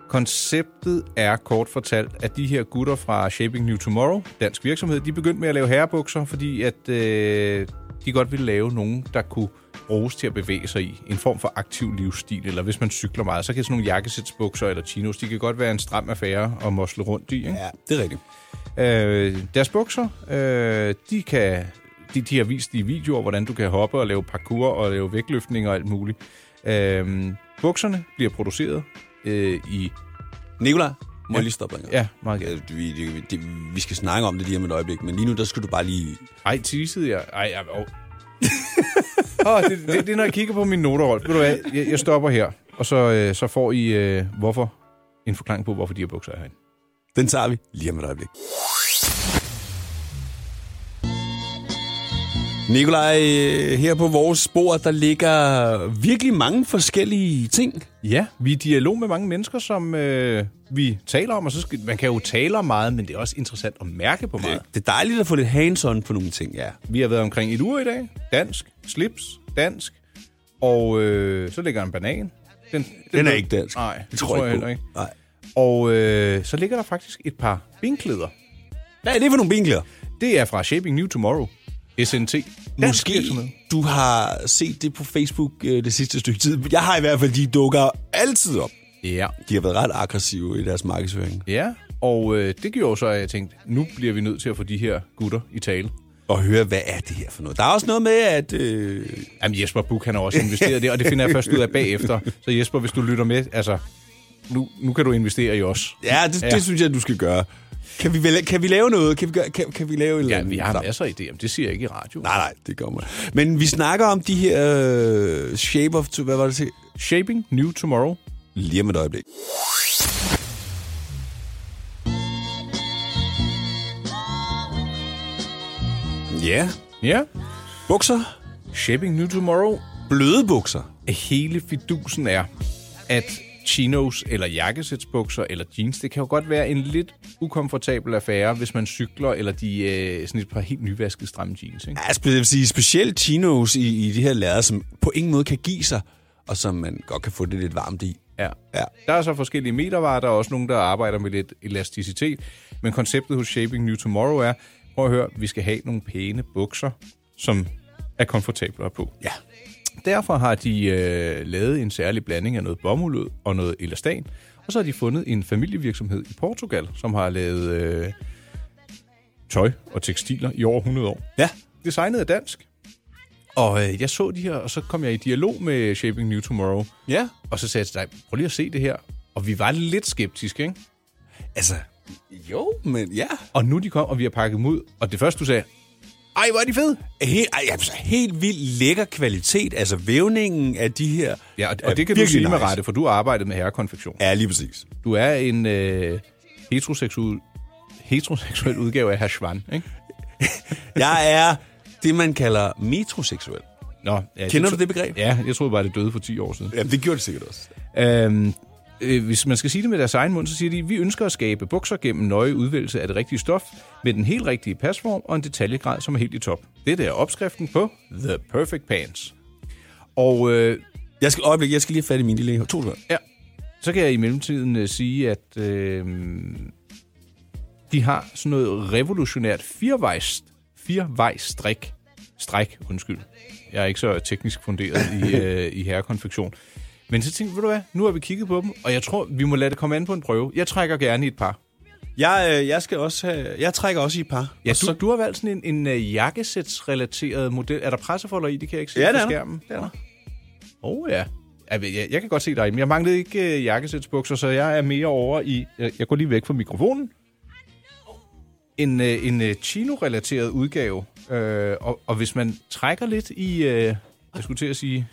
C: Konceptet er kort fortalt, at de her gutter fra Shaping New Tomorrow, dansk virksomhed, de begyndte med at lave herrebukser, fordi at øh, de godt ville lave nogen, der kunne bruges til at bevæge sig i. En form for aktiv livsstil, eller hvis man cykler meget, så kan sådan nogle jakkesætsbukser eller chinos, de kan godt være en stram affære at mosle rundt i. Ikke?
B: Ja, det er rigtigt.
C: Øh, deres bukser, øh, de kan... De, de har vist i videoer, hvordan du kan hoppe og lave parkour og lave vægtløftning og alt muligt. Øh, bukserne bliver produceret øh, i...
B: Nikolaj, må jeg lige stoppe dig en gang?
C: Ja, meget gerne.
B: Øh, Vi, det, det, vi skal snakke om det lige om et øjeblik, men lige nu, der skal du bare lige...
C: Ej, teasede jeg. Ej, jeg... Åh, oh, det, det, det er, når jeg kigger på min noter, Rolf. Ved du hvad, jeg, jeg stopper her, og så, øh, så får I, øh, hvorfor, en forklaring på, hvorfor de her bukser er herinde.
B: Den tager vi lige om et øjeblik. Nikolaj, øh, her på vores spor, der ligger virkelig mange forskellige ting.
C: Ja, vi er i dialog med mange mennesker, som øh, vi taler om, og så skal, man kan jo tale om meget, men det er også interessant at mærke på meget.
B: Det er dejligt at få lidt hands-on på nogle ting, ja.
C: Vi har været omkring et uge i dag. Dansk, slips, dansk. Og øh, så ligger der en banan. Den,
B: Den er ikke dansk.
C: Nej, det, tror jeg, heller ikke.
B: Nej.
C: Og øh, så ligger der faktisk et par benklæder.
B: Hvad er det for nogle benklæder?
C: Det er fra Shaping New Tomorrow. SNT. Dansk
B: Måske
C: virksomhed.
B: du har set det på Facebook øh, det sidste stykke tid. Jeg har i hvert fald, de dukker altid op.
C: Ja.
B: De har været ret aggressive i deres markedsføring.
C: Ja, og øh, det gjorde så, at jeg tænkte, nu bliver vi nødt til at få de her gutter i tale.
B: Og høre, hvad er det her for noget? Der er også noget med, at... Øh,
C: Jamen Jesper Buch, han har også investeret i det, og det finder jeg først ud af bagefter. Så Jesper, hvis du lytter med, altså, nu, nu kan du investere i os.
B: ja, det, ja, det synes jeg, du skal gøre. Kan vi, vel, kan vi lave noget? Kan vi, gøre, kan, kan vi lave et eller
C: Ja,
B: andet?
C: vi har
B: sammen?
C: masser af idéer, men det siger jeg ikke i radio.
B: Nej, nej, det kommer. Men vi snakker om de her øh, shape of... Hvad var det til?
C: Shaping New Tomorrow.
B: Lige om et øjeblik. Ja,
C: Ja.
B: bukser.
C: Shaping New Tomorrow.
B: Bløde bukser.
C: Hele fidusen er, at chinos eller jakkesætsbukser eller jeans, det kan jo godt være en lidt ukomfortabel affære, hvis man cykler, eller de øh, sådan et par helt nyvaskede stramme jeans. Ikke?
B: Altså, jeg vil sige, specielt chinos i, i de her lærreder, som på ingen måde kan give sig, og som man godt kan få det lidt varmt i.
C: Ja.
B: Ja.
C: Der er så forskellige metervarer, der er også nogen, der arbejder med lidt elasticitet, men konceptet hos Shaping New Tomorrow er, prøv at høre, vi skal have nogle pæne bukser, som er komfortablere på.
B: Ja.
C: Derfor har de øh, lavet en særlig blanding af noget bomuld og noget elastan. Og så har de fundet en familievirksomhed i Portugal, som har lavet øh, tøj og tekstiler i over 100 år.
B: Ja.
C: Designet er dansk. Og øh, jeg så de her, og så kom jeg i dialog med Shaping New Tomorrow.
B: Ja.
C: Og så sagde jeg til dig, prøv lige at se det her. Og vi var lidt skeptiske, ikke?
B: Altså, jo, men ja.
C: Og nu de kom, og vi har pakket dem ud. Og det første, du sagde, ej, hvor er de fede!
B: Helt, ej, altså, helt vildt lækker kvalitet. Altså, vævningen af de her...
C: Ja, og,
B: er
C: og det kan du
B: virkelig
C: sige nice. med
B: nice.
C: rette, for du har arbejdet med herrekonfektion.
B: Ja, lige præcis.
C: Du er en øh, heteroseksuel, heteroseksuel udgave af herr Schwan, ikke?
B: Jeg er det, man kalder metroseksuel.
C: Nå, ja,
B: Kender
C: tro-
B: du det begreb?
C: Ja, jeg troede bare, det døde for 10 år siden.
B: Ja, det gjorde det sikkert også.
C: Øhm, øh, hvis man skal sige det med deres egen mund, så siger de, vi ønsker at skabe bukser gennem nøje udvælgelse af det rigtige stof, med den helt rigtige pasform og en detaljegrad, som er helt i top. Det er opskriften på The Perfect Pants. Og øh,
B: Jeg skal, øjeblik, jeg skal lige have fat i min lille... To sekunder.
C: Ja. Så kan jeg i mellemtiden øh, sige, at øh, de har sådan noget revolutionært firevejs, firevejs strik. Stræk, undskyld. Jeg er ikke så teknisk funderet i, øh, i herrekonfektion. Men så tænkte jeg, ved du hvad, nu har vi kigget på dem, og jeg tror, vi må lade det komme an på en prøve. Jeg trækker gerne i et par.
B: Jeg, øh, jeg, skal også have, jeg trækker også i par.
C: Ja,
B: Og
C: du, så du har valgt sådan en, en uh, jakkesætsrelateret model. Er der pressefolder i? Det kan jeg ikke se
B: Ja, det
C: på
B: er der.
C: skærmen. Det er der. Åh oh, ja. Jeg, ved- jeg, jeg kan godt se dig. i dem. Jeg manglede ikke uh, jakkesætsbukser, så jeg er mere over i... øh, Jeg, jeg går lige væk fra mikrofonen. En, uh, en uh, chino-relateret udgave. Uh, og, og hvis man trækker lidt i... Uh, jeg skulle til at sige...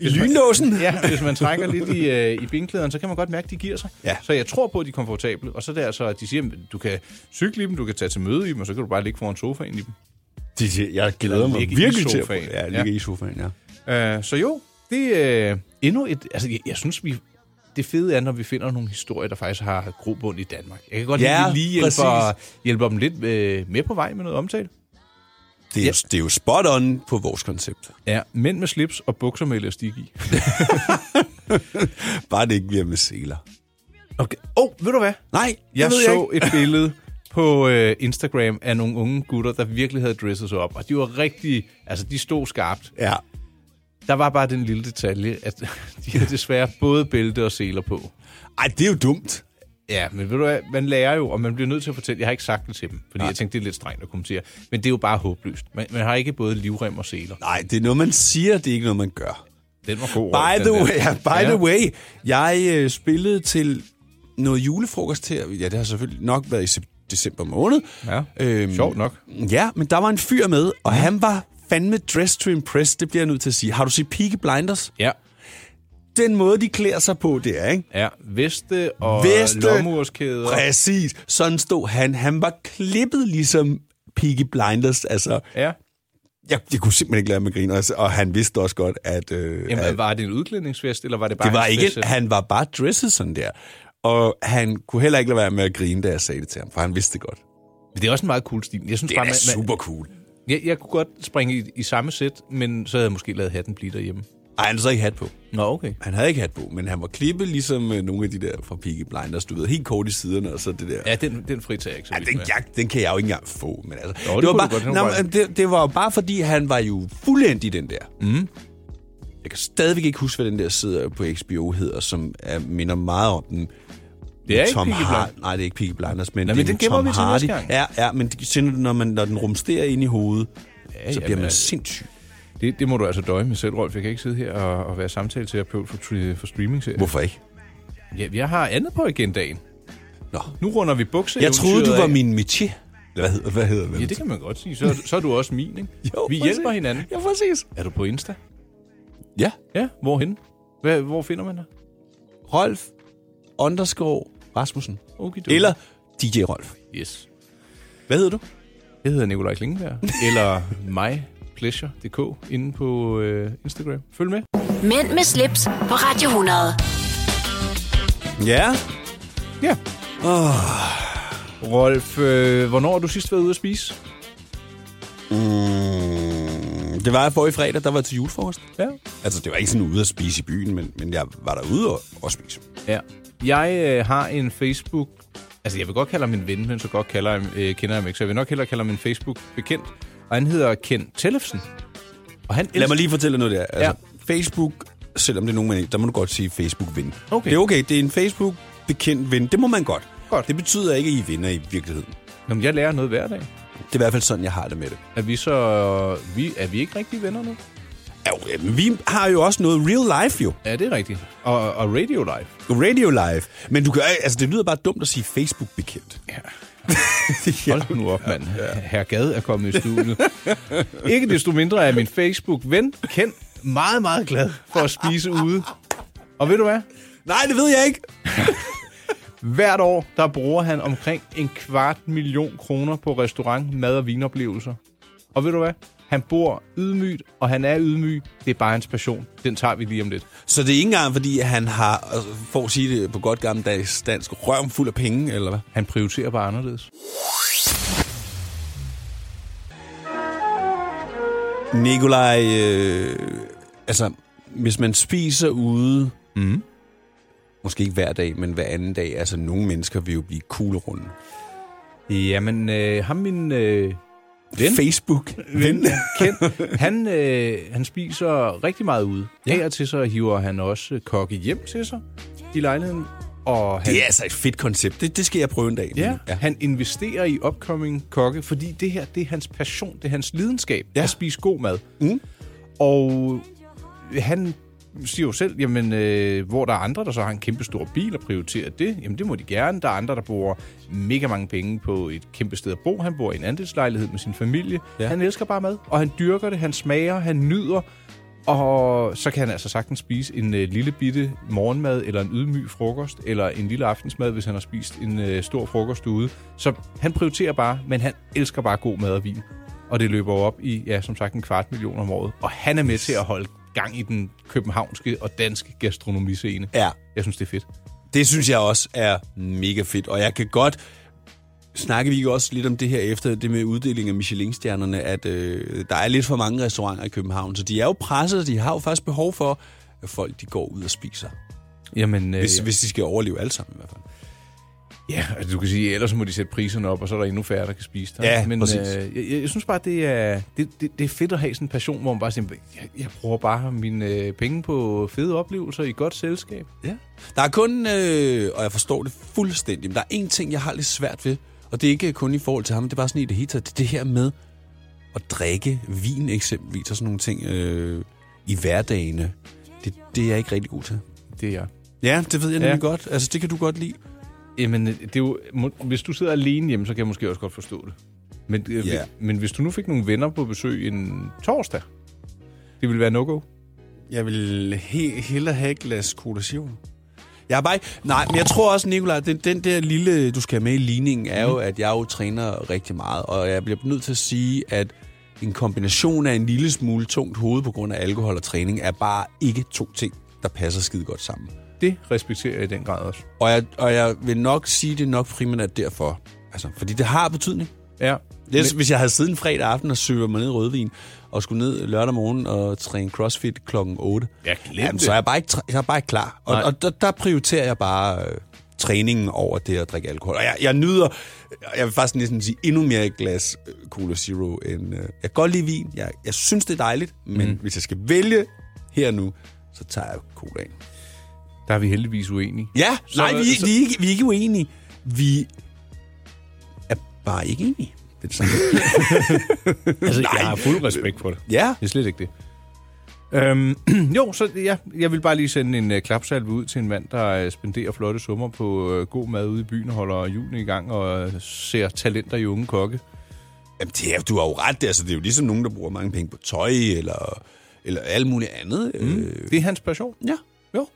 B: I lynnåsen?
C: Ja, hvis man trækker lidt i, øh, i benklæderen, så kan man godt mærke, at de giver sig.
B: Ja.
C: Så jeg tror på, at de er komfortable. Og så er det altså, at de siger, at du kan cykle i dem, du kan tage til møde i dem, og så kan du bare ligge foran sofaen i dem.
B: De, de, jeg glæder mig
C: ligge i
B: virkelig til at prøve.
C: sofaen.
B: Ja,
C: Ja.
B: ligge i sofaen, ja.
C: Øh, så jo, det er øh, endnu et... Altså, jeg, jeg synes, vi... Det fede er, når vi finder nogle historier, der faktisk har grobund i Danmark. Jeg kan godt
B: Ja,
C: lide, at vi lige
B: præcis.
C: hjælper, hjælper dem lidt øh, med på vej med noget omtale.
B: Det er,
C: Ja.
B: jo, det er jo spot on på vores koncept.
C: Ja, mænd med slips og bukser med elastik i.
B: Bare det ikke bliver med seler.
C: Okay. Oh, ved du hvad?
B: Nej, det
C: Jeg
B: ved
C: så
B: jeg ikke.
C: et billede på øh, Instagram af nogle unge gutter, der virkelig havde dresset sig op. Og de var rigtig... Altså, de stod skarpt.
B: Ja.
C: Der var bare den lille detalje, at de havde desværre både bælte og seler på.
B: Ej, det er jo dumt.
C: Ja, men ved du hvad, man lærer jo, og man bliver nødt til at fortælle. Jeg har ikke sagt det til dem, fordi Nej. jeg tænkte, det er lidt strengt at kommentere. Men det er jo bare håbløst. Man, man har ikke både livrem og seler.
B: Nej, det er noget, man siger, det er ikke noget, man gør.
C: Den var god.
B: By
C: den
B: the
C: der.
B: way, ja, by
C: Ja.
B: the way, jeg øh, spillede til noget julefrokost her. Ja, det har selvfølgelig nok været i sep- december måned.
C: Ja,
B: Øhm.
C: sjovt nok.
B: Ja, men der var en fyr med, og han var fandme dress to impress, det bliver jeg nødt til at sige. Har du set Peaky Blinders?
C: Ja,
B: Den måde, de klæder sig på, det er, ikke?
C: ja. Veste og
B: Veste.
C: lommeurskæder.
B: Præcis. Sådan stod han. Han var klippet ligesom Peaky Blinders. Altså,
C: Ja.
B: jeg, jeg kunne simpelthen ikke lade mig grine. Altså, og han vidste også godt, at... Øh,
C: Jamen,
B: at
C: var det en udklædningsfest, eller var det bare
B: det var
C: hans
B: ikke,
C: fest?
B: han var bare dresset sådan der. Og han kunne heller ikke lade være med at grine, da jeg sagde det til ham, for han vidste det godt.
C: Men det er også en meget cool stil. Jeg synes
B: Det
C: bare,
B: er super cool.
C: jeg, jeg kunne godt springe i, i samme sæt, men så havde jeg måske lavet hatten blive derhjemme.
B: Ej, han havde så ikke hat på.
C: Nå, okay.
B: Han havde ikke hat på, men han var klippet ligesom øh, nogle af de der fra Peaky Blinders, du ved, helt kort i siderne og så det der.
C: Ja, den, den fritager jeg ikke så
B: Ja,
C: vild
B: den,
C: med.
B: jeg, den kan jeg jo ikke engang få. Men altså,
C: Nå, det
B: det, var
C: kunne du
B: bare,
C: godt, det var
B: nej,
C: bare-
B: men det, det var jo bare fordi, han var jo fuldendt i den der. Mm. Jeg kan stadigvæk ikke huske, hvad den der sidder på HBO hedder, som er, minder meget om den.
C: Det er ikke
B: Tom
C: Peaky
B: Har-
C: Blinders.
B: Nej, det er ikke Peaky Blinders, men,
C: Nå,
B: det
C: men
B: er
C: den
B: en
C: gemmer
B: Tom
C: vi til
B: Hardy.
C: næste gang.
B: Ja, ja, men det- sådan, når, man, når den rumsterer ind i hovedet, ja, så
C: jamen,
B: bliver man
C: altså.
B: sindssyg.
C: Det, det må du altså døje med selv, Rolf. Jeg kan ikke sidde her og, og være samtaleterapeut for, tri- for streaming
B: Hvorfor ikke?
C: Ja, jeg har andet på agendaen.
B: Nå.
C: Nu runder vi bukser.
B: Jeg troede, du var min métier. Eller hvad hedder, hvad hedder det?
C: Ja, det kan man godt sige. Så, så er du også min, ikke?
B: Jo,
C: vi
B: præcis.
C: hjælper hinanden.
B: Ja, præcis.
C: Er du på Insta?
B: Ja.
C: Ja, hvorhen? Hvad, hvor finder man dig?
B: Rolf underscore Rasmussen.
C: Okay, du.
B: Eller DJ Rolf.
C: Yes.
B: Hvad hedder du?
C: Jeg hedder Nikolaj Klingenberg. eller mypleasure.dk inde på øh, Instagram. Følg med.
A: Mænd med slips på Radio 100.
B: Ja.
C: Ja.
B: Ah.
C: Oh. Rolf, øh, hvornår har du sidst været ude at spise?
B: Mm, det var jeg forrige fredag, der var jeg til julefrokost.
C: Ja.
B: Altså, det var ikke sådan ude at spise i byen, men, men jeg var derude og, og spise.
C: ja. Jeg øh, har en Facebook... Altså, jeg vil godt kalde ham en ven, men så godt kalder jeg, ham- øh, kender jeg ham ikke. Så jeg vil nok hellere kalde ham en Facebook-bekendt. Og han hedder Ken Tellefsen. Og han
B: Lad
C: elsker-
B: mig lige fortælle noget der. Altså, ja. Facebook, selvom det er nogen, man ikke, der må du godt sige Facebook-ven.
C: Okay.
B: Det er okay, det er en Facebook-bekendt ven. Det må man godt.
C: Godt.
B: Det betyder ikke, at I er venner i virkeligheden.
C: Nå, men jeg lærer noget hver dag.
B: Det er i hvert fald sådan, jeg har det med det.
C: Er vi så... Vi, er vi ikke rigtig venner nu?
B: Ja, jo, men vi har jo også noget real life, jo.
C: Ja, det er rigtigt. Og, og Radio Live.
B: Radio life. Men du gør, altså, det lyder bare dumt at sige Facebook-bekendt.
C: Hold nu op, mand. Herr Gade er kommet i studiet. Ikke desto mindre er min Facebook-ven, Ken, meget, meget glad for at spise ude. Og ved du hvad?
B: Nej, det ved jeg ikke.
C: Hvert år, der bruger han omkring en kvart million kroner på restaurant, mad og vinoplevelser. Og ved du hvad? Han bor ydmygt, og han er ydmyg. Det er bare hans passion. Den tager vi lige om lidt.
B: Så det er ikke engang, fordi han har, altså, for at sige det på godt gammeldags dansk, røven fuld af penge, eller hvad?
C: Han prioriterer bare anderledes.
B: Nikolaj, øh, altså, hvis man spiser ude, mm. måske ikke hver dag, men hver anden dag, altså, nogle mennesker vil jo blive kuglerunde.
C: Jamen, øh, ham min øh, ven,
B: Facebook. Ven.
C: Ken, han, øh, han spiser rigtig meget ude. Ja. Af og til så hiver han også øh, kokke hjem til sig i lejligheden. Og han,
B: Det er altså et fedt koncept. Det, det skal jeg prøve en dag.
C: ja, ja. han investerer i upcoming kokke, fordi det her, det er hans passion, det er hans lidenskab, ja.
B: Ja.
C: at spise god mad. Mm. Og han siger jo selv, jamen, øh, hvor der er andre, der så har en kæmpe stor bil og prioriterer det, jamen det må de gerne. Der er andre, der bruger mega mange penge på et kæmpe sted at bo. Han bor i en andelslejlighed med sin familie. Ja.
B: Ja.
C: Han elsker bare mad, og han dyrker det, han smager, han nyder. Og så kan han altså sagtens spise en øh, lille bitte morgenmad, eller en ydmyg frokost, eller en lille aftensmad, hvis han har spist en øh, stor frokost ude. Så han prioriterer bare, men han elsker bare god mad og vin. Og det løber jo op i, ja, som sagt, en kvart million om året. Og han er med til at holde gang i den københavnske og danske gastronomiscene.
B: Ja.
C: Jeg synes, det er fedt.
B: Det synes jeg også er mega fedt, og jeg kan godt snakke vi ikke også lidt om det her efter det med uddelingen af Michelin-stjernerne, at øh, der er lidt for mange restauranter i København, så de er jo presset, og de har jo faktisk behov for, at folk de går ud og spiser,
C: Jamen, øh,
B: hvis, hvis de skal overleve alle sammen i hvert fald.
C: Ja, altså, du kan sige, ellers må de sætte priserne op, og så er der endnu færre, der kan spise der.
B: Ja,
C: Men øh,
B: præcis.
C: jeg, jeg, jeg synes bare, det er, det, det, det er fedt at have sådan en passion, hvor man bare siger, jeg, jeg bruger bare mine øh, penge på fede oplevelser i godt selskab.
B: Ja. Der er kun, øh, og jeg forstår det fuldstændig, men der er en ting, jeg har lidt svært ved, og det er ikke kun i forhold til ham, det er bare sådan i det hele taget, det, er det her med at drikke vin eksempelvis, og sådan nogle ting øh, i hverdagene, det, det er jeg ikke rigtig god til.
C: Det er jeg.
B: Ja, det ved jeg nemlig
C: Ja.
B: ja. godt. Altså, det kan du godt lide.
C: Jamen, øh, det er jo, må, hvis du sidder alene hjemme, så kan jeg måske også godt forstå det. Men, øh,
B: Ja.
C: vi- men hvis du nu fik nogle venner på besøg en torsdag, det ville være no-go.
B: Jeg vil he- hellere have et glas Cola Zero. Jeg er bare ikke... Nej, men jeg tror også, Nicolaj, den, den der lille, du skal have med i ligningen, er jo, at jeg jo træner rigtig meget, og jeg bliver nødt til at sige, at en kombination af en lille smule tungt hoved på grund af alkohol og træning, er bare ikke to ting, der passer skide godt sammen.
C: Det respekterer jeg i den grad også.
B: Og jeg, og jeg vil nok sige, det er nok primært er derfor. Altså, fordi det har betydning.
C: Ja.
B: Hvis, hvis jeg havde siddet en fredag aften og søvet mig ned i rødvin, og skulle ned lørdag morgen og træne crossfit klokken 8,
C: Ja, glem det.
B: så er jeg bare ikke, træ- jeg er bare ikke klar. Og,
C: Nej.
B: og der, der prioriterer jeg bare øh, træningen over det at drikke alkohol. Og jeg, jeg nyder, jeg vil faktisk næsten sige, endnu mere et glas øh, Cola Zero end... Øh, jeg kan godt lide vin, jeg, jeg synes, det er dejligt, men mm. hvis jeg skal vælge her nu, så tager jeg colaen.
C: Der er vi heldigvis uenige.
B: Ja,
C: Så-
B: så, nej, vi,
C: så-
B: så... Vi, er ikke, vi er ikke uenige. Vi er bare ikke enige. Det er sådan.
C: Altså,
B: Nej.
C: jeg har fuld respekt for det.
B: ja.
C: Det er slet ikke det. Øhm, jo, så ja, jeg vil bare lige sende en øh, klapsalve ud til en mand, der øh, spenderer flotte summer på øh, god mad ude i byen og holder julen i gang og øh, ser talenter i unge kokke.
B: Jamen, det er, du har jo ret. Det, altså, det er jo ligesom nogen, der bruger mange penge på tøj eller, eller alt muligt andet. Mm. Øh,
C: Det er hans passion.
B: ja.
C: Jo.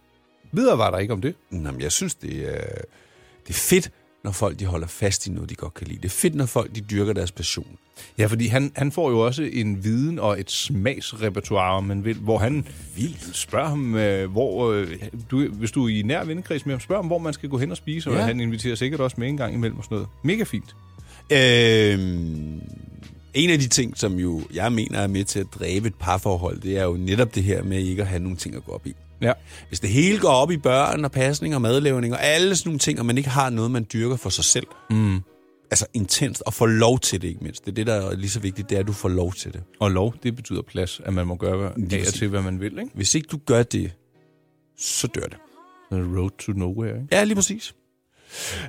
C: Videre var der ikke om det.
B: Nå, men jeg synes, det er, det er fedt, når folk de holder fast i noget, de godt kan lide. Det er fedt, når folk de dyrker deres passion.
C: Ja, fordi han, han får jo også en viden og et smagsrepertoire, om man vil, hvor han Vildt. spørger ham, øh, hvor, øh, du, hvis du er i nær vennekreds med ham, spørger ham, hvor man skal gå hen og spise, ja.
B: Ja.
C: og han inviterer sikkert også med en gang imellem og sådan noget. Mega fint.
B: Øhm, en af de ting, som jo jeg mener er med til at dræbe et parforhold, det er jo netop det her med ikke at have nogle ting at gå op i.
C: Ja.
B: Hvis det hele går op i børn og pasning og madlavning og alle sådan nogle ting, og man ikke har noget, man dyrker for sig selv, mm. altså intenst, og får lov til det ikke mindst. Det er det, der er lige så vigtigt, det er, at du får lov til det.
C: Og lov, det betyder plads, at man må gøre af og
B: præcis.
C: til, hvad man vil, ikke?
B: Hvis ikke du gør det, så dør det.
C: Sådan en road to nowhere, ikke?
B: Ja, lige præcis.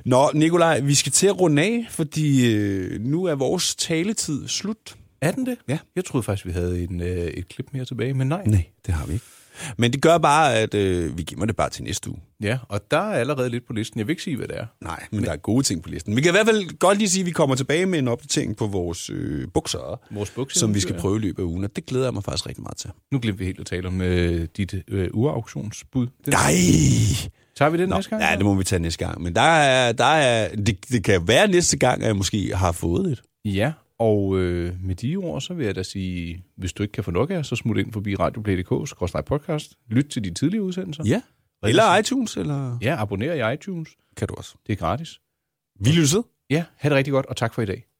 B: Nå, Nikolaj, vi skal til at runde af, fordi øh, nu er vores taletid slut.
C: Er den det?
B: Ja.
C: Jeg troede faktisk, vi havde en, øh, et klip mere tilbage, men nej.
B: Nej, det har vi ikke. Men det gør bare, at øh, vi gemmer det bare til næste uge.
C: Ja, og der er allerede lidt på listen. Jeg vil ikke sige, hvad det er.
B: Nej, men, men der er gode ting på listen. Vi kan i hvert fald godt lige sige, at vi kommer tilbage med en opdatering på vores øh, bukser,
C: Vores bukser,
B: som vi skal
C: ja.
B: prøve i løbet af ugen, og det glæder jeg mig faktisk rigtig meget til.
C: Nu glemte vi helt at tale om øh, dit øh, urauktionsbud. Den,
B: Nej!
C: Tager vi den
B: Nå,
C: næste gang?
B: ja, det må vi tage næste gang. Men der er, der er, det, det kan være næste gang, at jeg måske har fået et.
C: Ja, og øh, med de ord, så vil jeg da sige, hvis du ikke kan få nok af, os, så smut ind forbi radioplay.dk-podcast. Lyt til de tidligere udsendelser.
B: Ja. Eller iTunes, eller...
C: Ja, abonner i iTunes.
B: Kan du også.
C: Det er gratis.
B: Vi lyttede.
C: Ja, ha' det rigtig godt, og tak for i dag.